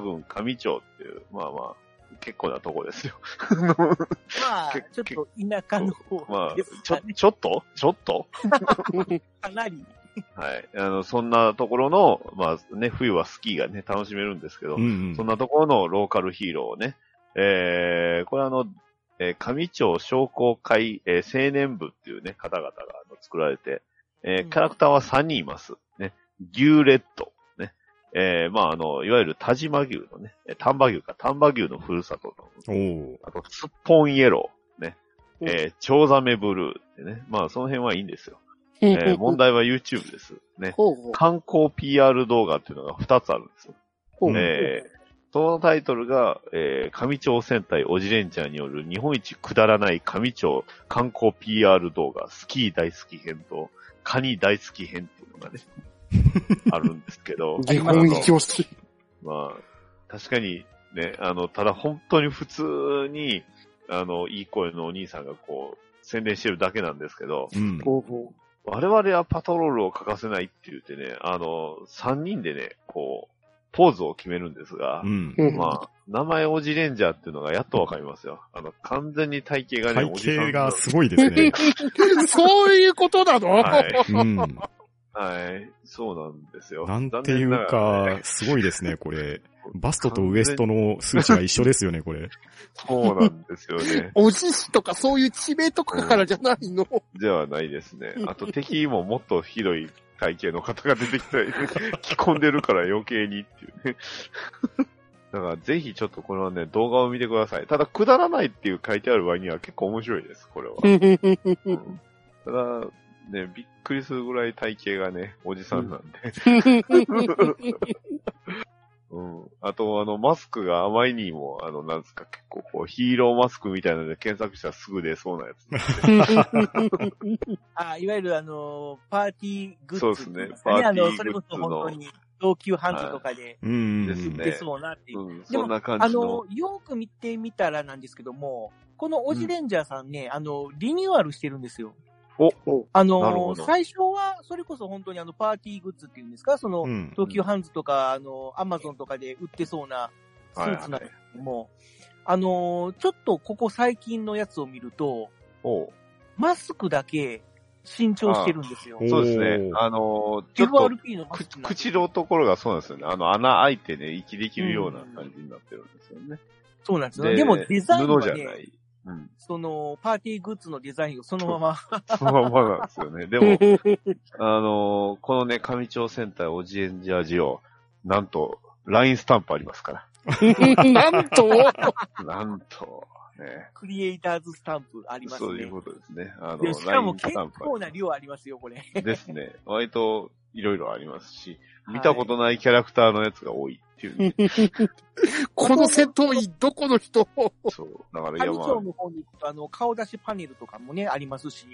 S1: 方郡上町っていう、まあまあ、結構なとこですよ。
S4: まあ、ちょ
S1: 結
S4: っと田舎の
S1: まあ
S4: 方です、
S1: ちょ
S4: かね、、
S1: ちょっとちょっと
S4: かなり。
S1: はい。あの、そんなところの、まあね、冬はスキーがね、楽しめるんですけど、
S2: うん
S1: そんなところのローカルヒーローをね、えー、これあの、えー上町商工会、えー青年部っていうね、方々があの作られて、
S4: う
S1: えー
S4: ん
S1: キャラクターは3人います。ね、牛レッド、ね、えー、まああの、いわゆる田島牛のね、えー丹波牛か、丹波牛のふるさとの、
S2: うん。おー
S1: あと、スッポンイエロー、ね、
S3: うん
S1: えー、チョウザメブルーってね、まあその辺はいいんですよ。えー問題は YouTube です。ね、
S3: ほうほう
S1: 観光 PR 動画っていうのが2つあるんです。
S3: ほう。
S1: えーそのタイトルが、えー、上町戦隊オジレンジャーによる日本一くだらない上町観光 PR 動画、スキー大好き編と、カニ大好き編っていうの がね、あるんですけど、
S3: 日本一押し。
S1: まあ、確かにね、あの、ただ本当に普通に、あの、いい声のお兄さんがこう、宣伝してるだけなんですけど、
S2: うん。
S3: ほうほ
S1: 我々はパトロールを欠かせないって言ってね、あの、3人でね、こう、ポーズを決めるんですが
S2: う、ん
S3: う。。うん。
S1: まあ、名前オジレンジャーっていうのがやっとわかりますよ。あの、完全に体型がね、
S2: 体
S1: おじさん
S2: 型
S1: な
S2: がすごいで すね。
S3: そういうことなの、。
S1: はい。
S2: うん。
S1: はい。そうなんですよ。
S2: なんていう
S1: 残念ながら
S2: か
S1: ね、
S2: すごいですね、これ。バストとウエストの数値が一緒ですよね、これ。
S1: そうなんですよね
S3: おじしとかそういう地名とかからじゃないの、
S1: ではないですね。あ と敵ももっとひどい体型の方が出て きたり、着込んでるから余計にっていうね。だからぜひちょっとこれはね、動画を見てください。ただ、くだらないっていう書いてある割には結構面白いです、これは。うんただ、ね、びっくりするぐらい体型がね、おじさんなんで。うん。あと、あの、マスクがあまりにも、あの、なんですか、結構こう、ヒーローマスクみたいなので検索したらすぐ出そうなやつ。
S4: あいわゆるあの、パーティーグッズ
S1: そうですね
S4: っていん
S1: パーティー
S4: あの、それこそ本当に、同級ハンズとかで
S2: うん。
S1: ですね
S4: 出そうなっていう。
S1: うん、
S4: でも
S1: そんな感
S4: あ
S1: じの
S4: の。、よく見てみたらなんですけども、このオジレンジャーさんね、あの、リニューアルしてるんですよ。
S3: お
S4: あ
S1: なるほ
S4: の、
S1: ど
S4: 最初は、それこそ本当にあの、パーティーグッズっていうんですか、その、
S2: うん。
S4: 東急ハンズとか、あの、アマゾンとかで売ってそうなス
S1: はい
S4: ー
S1: は
S4: ツ
S1: い
S4: なんですけども、あの、ちょっとここ最近のやつを見ると、
S1: おう
S4: マスクだけ新調してるんですよ
S2: あ。
S1: そうですね
S2: お。ー
S1: あの、ちょっと、
S4: LRP のマス
S1: く
S4: クなんです
S1: 口のところがそうなんですよね。あの、穴開いてね、息できるような感じになってるんですよね。
S4: そうなんですよ。でもデザイン
S1: 布
S4: は
S1: じゃな
S4: ね、
S1: い。うん。
S4: その、パーティーグッズのデザインをそのまま、
S1: そのままなんですよね。で も、あのーこのね、上町センターオジエンジャージオ、なんと、ラインスタンプありますか
S3: なんと
S1: ら。なんと、ね。
S4: クリエイターズスタンプあります
S1: そうい
S4: ね
S1: う。ことですね。あの、
S4: でしかも
S1: ライン
S4: 結
S1: スタンプ
S4: 構な量ありますよ、これ。
S1: ですね。割と、いろいろありますし、
S4: はい
S1: 見たことないキャラクターのやつが多いっていう、 ね。
S3: この戦闘員どこの人
S1: そう。だから
S4: 会
S1: 山
S4: 長の方に行くと、あの、顔出しパネルとかもね、ありますし。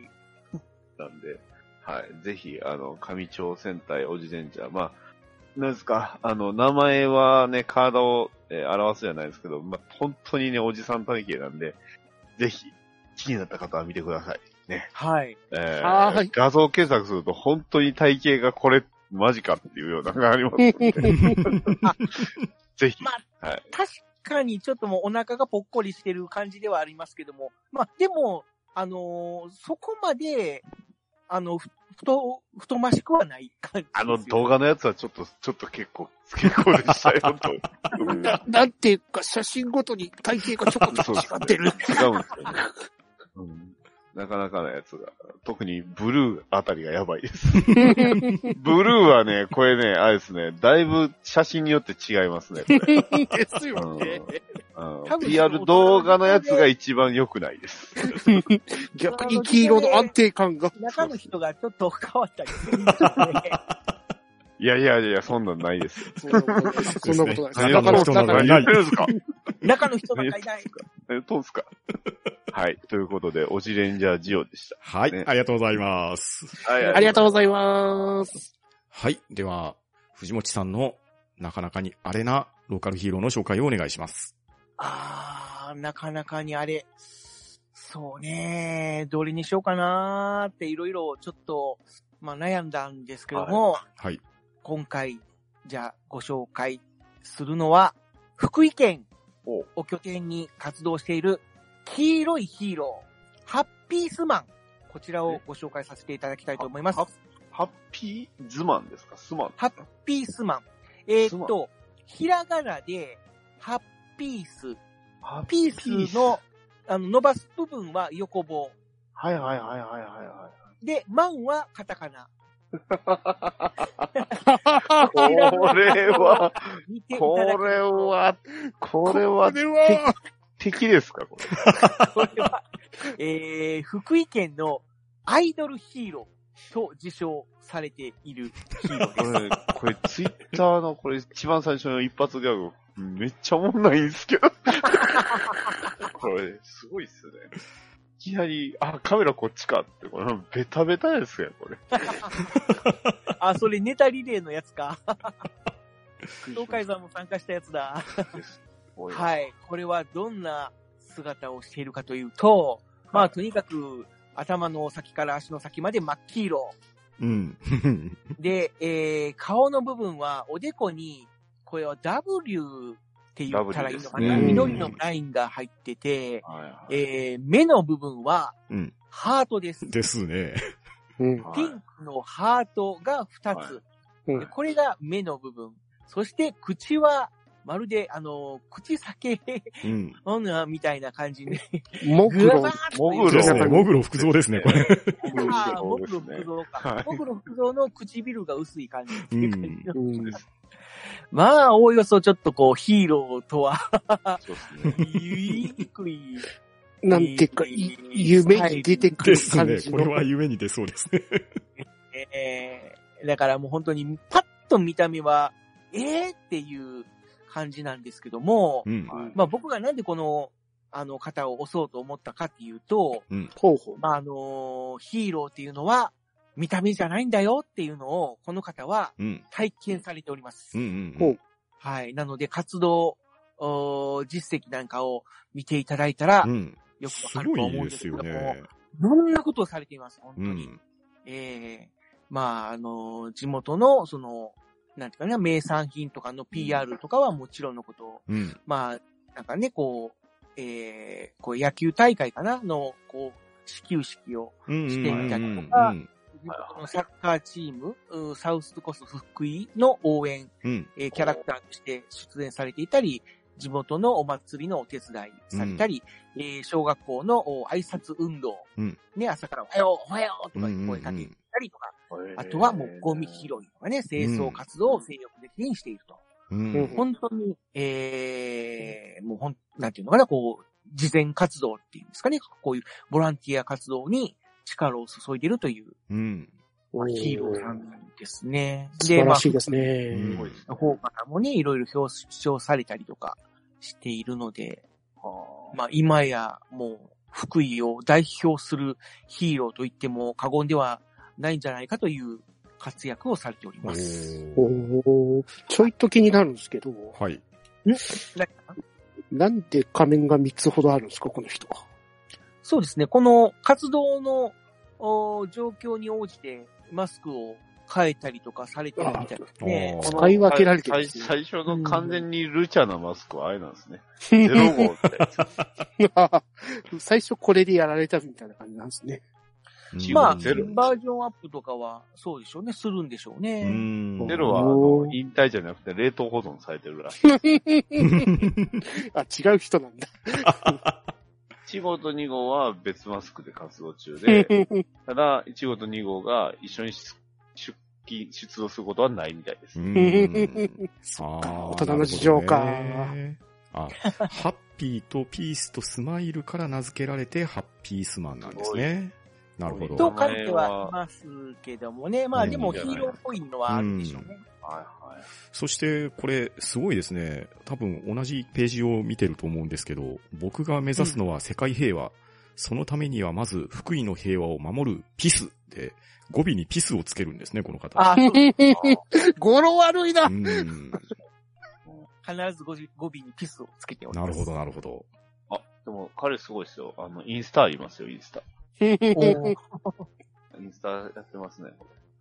S1: なんで、はい。ぜひ、あの、上町戦隊オジデンジャー。まあ、なんですか、あの、名前はね、カードを、えー表すじゃないですけど、まあ、本当にね、おじさん体型なんで、ぜひ、気になった方は見てください。
S4: はい。
S1: えー
S3: はーい
S1: 画像検索すると本当に体型がこれ、マジかっていうようなのがありますので、ぜひ。
S4: ま確かにちょっともうお腹がぽっこりしてる感じではありますけども。まあ、でも、あのーそこまで、あの、ふ太、太ましくはない感じです
S1: あ
S4: よ
S1: の動画のやつはちょっと、ちょっと結構、結構でしたよ、と。うん
S3: ななんていうか写真ごとに体型がちょこちょこ違ってる。
S1: 違うんですよね。うんなかなかなやつが、特にブルーあたりがやばいです。ブルーはね、これね、あれですね、だいぶ写真によって違いますね、これ。
S3: ですよね。
S1: うん
S4: 多分
S1: PR 動画のやつが一番良くないです。
S3: 逆に黄色の安定感が。
S4: 中の人がちょっと変わったりするんですよね。
S1: いやいやいや、そんなんないですよ。
S3: そんなことないです。
S2: 中の人なの
S3: 中
S2: に
S1: 何言ってるんですか
S4: 中の人がいない。
S1: え、どうですかはい。ということで、オジレンジャージオでした。
S2: はい、
S1: ね
S2: ありがとうございます。
S1: はい。
S3: ありがとうございます。
S2: はい。では、藤持さんのなかなかにアレなローカルヒーローの紹介をお願いします。
S4: あー、なかなかにあれ。そうねどれにしようかなーっていろいろちょっと、まあ悩んだんですけども、
S2: はい。
S4: 今回、じゃあご紹介するのは、福井県
S1: お
S4: を拠点に活動している黄色いヒーロー、ハッピースマン。こちらをご紹介させていただきたいと思います
S1: は。ハッピーズマンですかスマン。
S4: ハッピースマン。えーっと、ひらがなで、ハッピース。
S1: ハッ
S4: ピースの、あの、伸ばす部分は横棒。
S1: はいはいはいはいはいは
S4: で、マンはカタカナ。
S1: い。これは、
S4: 見ていた
S1: こ
S4: だき
S1: れは、これは
S3: こ、れは、
S1: 敵ですかこれ。
S4: これは、えー、福井県のアイドルヒーローと自称されているヒーローで
S1: こ
S4: す。
S1: れ、これツイッターの、これ一番最初の一発ギャグ、めっちゃおもんないんですけど。 これ、すごいっすね。いきなり、あ、カメラこっちかって、これ、ベタベタですね、これ。
S4: あ、それネタリレーのやつか。東海さんも参加したやつだ。
S1: い。
S4: はい。これはどんな姿をしているかというと、まあ、とにかく頭の先から足の先まで真っ黄色。
S2: うん。
S4: で、えー、顔の部分はおでこに、これは W って言ったらいいのか
S1: W
S4: な、
S1: ですね
S4: 緑のラインが入ってて、
S1: はいはい
S4: えー、目の部分は
S2: うん。
S4: ハートです。
S2: ですね。
S3: うん、
S1: はい
S4: ピンクのハートが2つ。
S3: うん
S4: でこれが目の部分。そして口は、まるで、あの、口裂け
S2: うん。
S4: 女みたいな感じで、
S3: も
S4: ぐ
S3: ぐ
S4: わ
S3: ろ
S4: ばー。っと
S1: モグロ
S2: ですね。モグロ服装ですね、これ。
S4: ああ、
S1: モ
S4: モグロ
S1: グロですね
S4: 福蔵
S1: は
S4: か
S1: い。
S4: モグロ福蔵の唇が薄い感じっていう感じの。
S3: うん
S4: まあ、おおよそちょっとこう、ヒーローとは
S1: そうですね。
S4: 言いにくい。
S3: なんていうか、い夢に出てく
S2: で
S3: る
S2: す
S3: 感
S2: ね。
S3: じ
S2: こ
S3: の。
S2: れは夢に出そうですね。
S4: えーだからもう本当にパッと見た目は、えーっていう感じなんですけども、
S2: うん。
S1: はい
S4: まあ僕がなんでこの、あの方を押そうと思ったかっていうと、
S3: ほうほう。
S4: まああのーヒーローっていうのは見た目じゃないんだよっていうのを、この方は
S2: うん。
S4: 体験されております。
S2: うんうん。
S3: ほう
S4: はい。なので、活動、おー実績なんかを見ていただいたら
S2: う、ん。
S4: よくわ
S2: す
S4: かると
S2: ご
S4: 思
S2: い
S4: うんで
S2: で
S4: す
S2: す
S4: けど
S2: よ
S4: も、い
S2: ね。
S4: ろんなことをされています、本当
S2: う
S4: に。
S2: ん。
S4: ええまあ、あの、地元の、その、なんていうかな、名産品とかの PR とかはもちろんのこと、
S2: うん。
S4: まあ、なんかね、こう、ええこう野球大会かなの、こう、始球式を、
S2: うん。うん
S4: してみたりと
S2: う
S4: か
S2: ん。
S4: このサッカーチーム、うんサウスコスト福井の応援、
S2: うん。
S4: えーキャラクターとして出演されていたり、地元のお祭りのお手伝いされたり、えー小学校のお挨拶運動、
S2: うん
S4: ね、朝からおはよう、おはようと
S2: うん。う
S4: か
S2: ん
S4: 声かけてたりとか、あとはもうゴミ拾いとかね、清掃活動を精力的にしていると。
S2: うん。
S4: 本当に、ええもうほん、なんていうのかな、こう、事前活動っていうんですかね、こういうボランティア活動に力を注いでいるという、
S2: うん。
S4: まあヒーローさんですね。
S3: 素
S4: で、
S3: 晴
S4: ま
S3: ら
S4: あ
S3: し、いです
S2: う
S3: ね。
S2: ん
S1: すごいですね。
S4: 方々もね、いろいろ表彰されたりとかしているので、
S1: は
S4: まあ、今やもう、福井を代表するヒーローと言っても過言ではないんじゃないかという活躍をされております。
S3: おおーちょいと気になるんですけど、
S2: はい。
S4: なんか
S3: なんで仮面が3つほどあるんですか、この人は。
S4: そうですね。この活動のお状況に応じてマスクを変えたりとかされてるみたいですね
S2: あ。
S1: い
S2: ー
S3: 使い分けられてる
S1: 最
S3: んですね
S1: 最初の完全にルチャなマスクはあれなんですね。ゼロ号って。
S3: 最初これでやられたみたいな感じなんですね。
S2: うん
S4: まあ、バ
S1: ゼロ
S4: ージョンアップとかはそうでしょうね。するんでしょう
S2: う
S4: ね。
S2: ん。
S1: ゼロは、あ
S3: お
S1: の
S3: ー、
S1: 引退じゃなくて冷凍保存されてるらしい。
S3: あ、違う人なんだ。
S1: 1号と2号は別マスクで活動中で、 ただ、1号と2号が一緒に出出勤、出動することはないみたいで す。
S2: うん
S3: そ
S2: あ
S3: っ
S2: ー
S3: か、大人の事情か。
S2: なるほどねあ、ハッピーとピースとスマイルから名付けられて、ハッピースマンなんですね。なるほ
S1: そ
S4: と
S1: う
S2: ど。
S4: 書いてはいますけどもね。まあでもヒーローっぽいのはあるでしょうね。
S1: はいはい。
S2: そして、これ、すごいですね。多分、同じページを見てると思うんですけど、僕が目指すのは世界平和。そのためにはまず、福井の平和を守るピスで、語尾にピスをつけるんですね、この方。
S4: あ、そうですか
S3: 語呂悪いな
S2: う。ーん。
S4: 必ず語尾語尾にピスをつけており
S2: な
S4: ます。
S2: るほど、なるほど。
S1: あ、でも彼すごいですよ。あの、インスタありますよ、インスタ。
S4: おー
S1: インスタやってますね。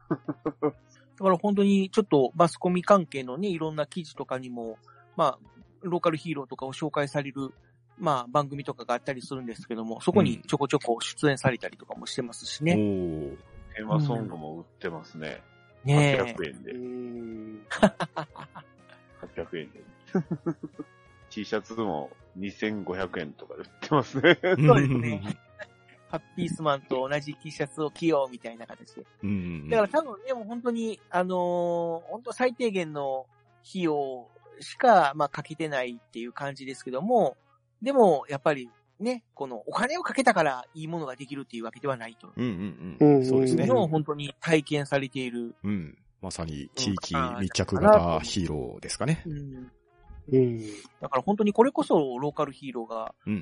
S4: だから本当にちょっとマスコミ関係のね、いろんな記事とかにも、まあ、ローカルヒーローとかを紹介される、まあ、番組とかがあったりするんですけども、そこにちょこちょこ出演されたりとかもしてますし
S2: お
S4: ね。
S2: ー
S1: テーマソングも売ってますね。
S4: ねえ。
S1: 800円で。800円で。T シャツも2500円とかで売ってますね。
S4: そうですね。ハッピースマンと同じ T シャツを着ようみたいな形で。
S2: うんうん。
S4: だから多分ね、もう本当に、あのー本当最低限の費用しか、まあ、かけてないっていう感じですけども、でも、やっぱりね、このお金をかけたからいいものができるっていうわけではないと。
S2: うんう
S3: うん
S2: ん
S3: う
S2: うんん。そうです
S4: いう
S2: ね。
S4: のを本当に体験されている。
S2: うん。まさに地域密着型ヒーローですかね。
S4: うん。
S3: うん。
S4: だから本当にこれこそローカルヒーローが、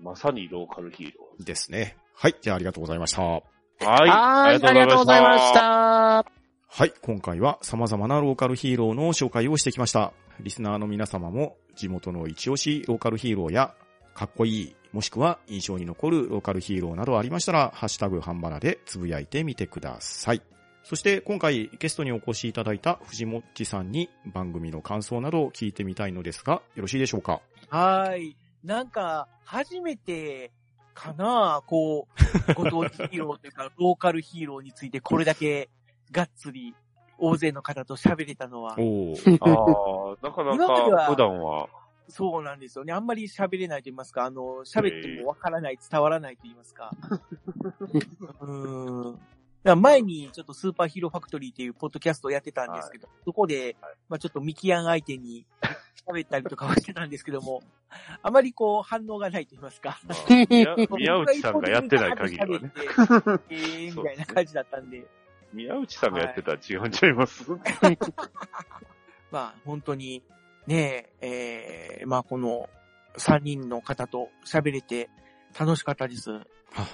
S1: まさにローカルヒーロ
S2: ですね。はい。じゃあありがとうございました。
S1: ー。は
S3: はい、ありがとうございまし。た。
S2: はい。今回は様々なローカルヒーローの紹介をしてきました。リスナーの皆様も地元の一押しローカルヒーローやかっこいい、もしくは印象に残るローカルヒーローなどありましたら、ハッシュタグハンバナでつぶやいてみてください。そして今回ゲストにお越しいただいた藤もっちさんに番組の感想などを聞いてみたいのですが、よろしいでしょうか
S4: はーい。なんか、初めて、かなこう、ご当地ヒーローという か、ローカルヒーローについてこれだけ、がっつり、大勢の方と喋れたのは、
S2: おー。
S1: ああ、なかな
S4: 今までは
S1: か普段は、
S4: そうなんですよね。あんまり喋れないと言いますか、あの、喋ってもわからない、伝わらないと言いますか。うーん。だから前にちょっとスーパーヒーローファクトリーっていうポッドキャストをやってたんですけど、そこで、まあちょっとミキアン相手に喋ったりとかはしてたんですけど も、あまりこう反応がないと言いますか。
S1: まあ宮宮内さんがやってない限りはね。
S4: ね。 えー、みたいな感じだったんで、
S1: 宮内さんがやってたら違うんちゃいます、
S4: まあ本当にね、えー、まあこの3人の方と喋れて楽しかったです。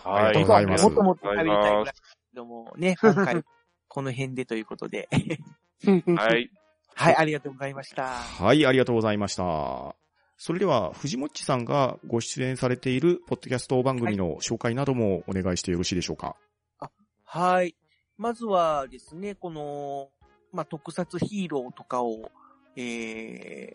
S2: あありがとうございます
S4: もっ。ともっと喋りたいぐらいですけども、ね、今回この辺でということで。
S1: は。い。
S4: はい、ありがとうございました。
S2: はい、ありがとうございました。それでは、藤もっちさんがご出演されているポッドキャスト番組の紹介などもお願いしてよろしいでしょうか。
S4: はい。まずはですね、この、まあ、特撮ヒーローとかを、え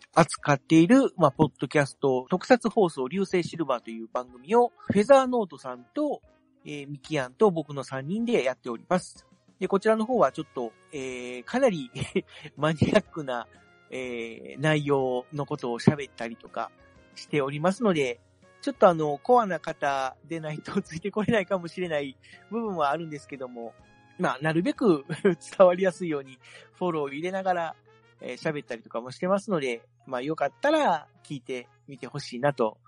S4: ー、扱っている、まあ、ポッドキャスト、特撮放送流星シルバーという番組を、フェザーノートさんと、えー、ミキアンと僕の3人でやっております。で、こちらの方はちょっと、えー、かなり マニアックな、えー、内容のことを喋ったりとかしておりますので、ちょっとあの、コアな方でないとついてこれないかもしれない部分はあるんですけども、まあ、なるべく 伝わりやすいようにフォローを入れながらえー喋、ったりとかもしてますので、まあ、よかったら聞いてみてほしいなと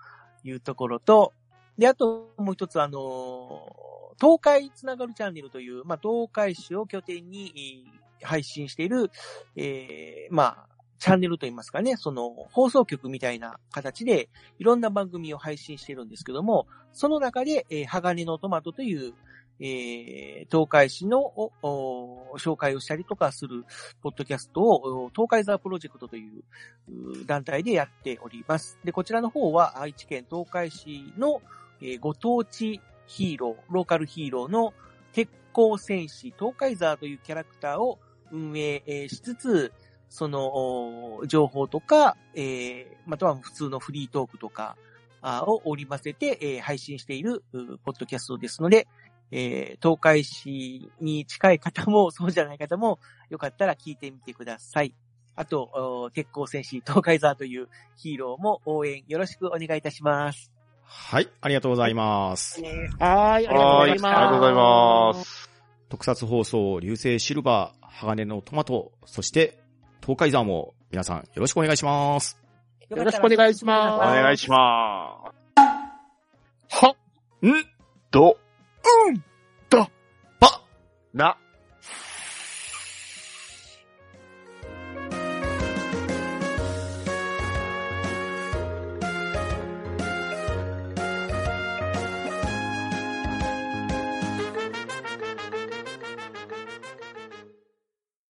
S4: いうところと、で、あともう一つあのー東海つながるチャンネルという、まあ、東海市を拠点にえー配信している、えーまあ、チャンネルといいますかね、その放送局みたいな形でいろんな番組を配信してるんですけども、その中で、えー鋼のトマトという、えー東海市のおお紹介をしたりとかするポッドキャストを、お東海ザープロジェクトというう団体でやっております。で、こちらの方は愛知県東海市の、えーご当地ヒーロー、ローカルヒーローの鉄鋼戦士東海ザーというキャラクターを運営えーしつつ、その、お情報とか、えーまたは普通のフリートークとか、あを織り交ぜて、えー配信している、うポッドキャストですので、えー東海市に近い方も、そうじゃない方も、よかったら聞いてみてください。あと、お鉄鋼戦士東海ザーというヒーローも応援よろしくお願いいたします。
S2: はい、ありがとうございます。
S3: はい、ありがとうございます。
S1: はありがとうございます。
S2: 特撮放送、流星シルバー、鋼のトマト、そして、東海山も皆さんよろしくお願いします。
S3: よろしくお願いします
S1: お
S3: はい
S1: 願いします。
S3: は
S2: ん
S1: ど、
S2: ば
S1: な、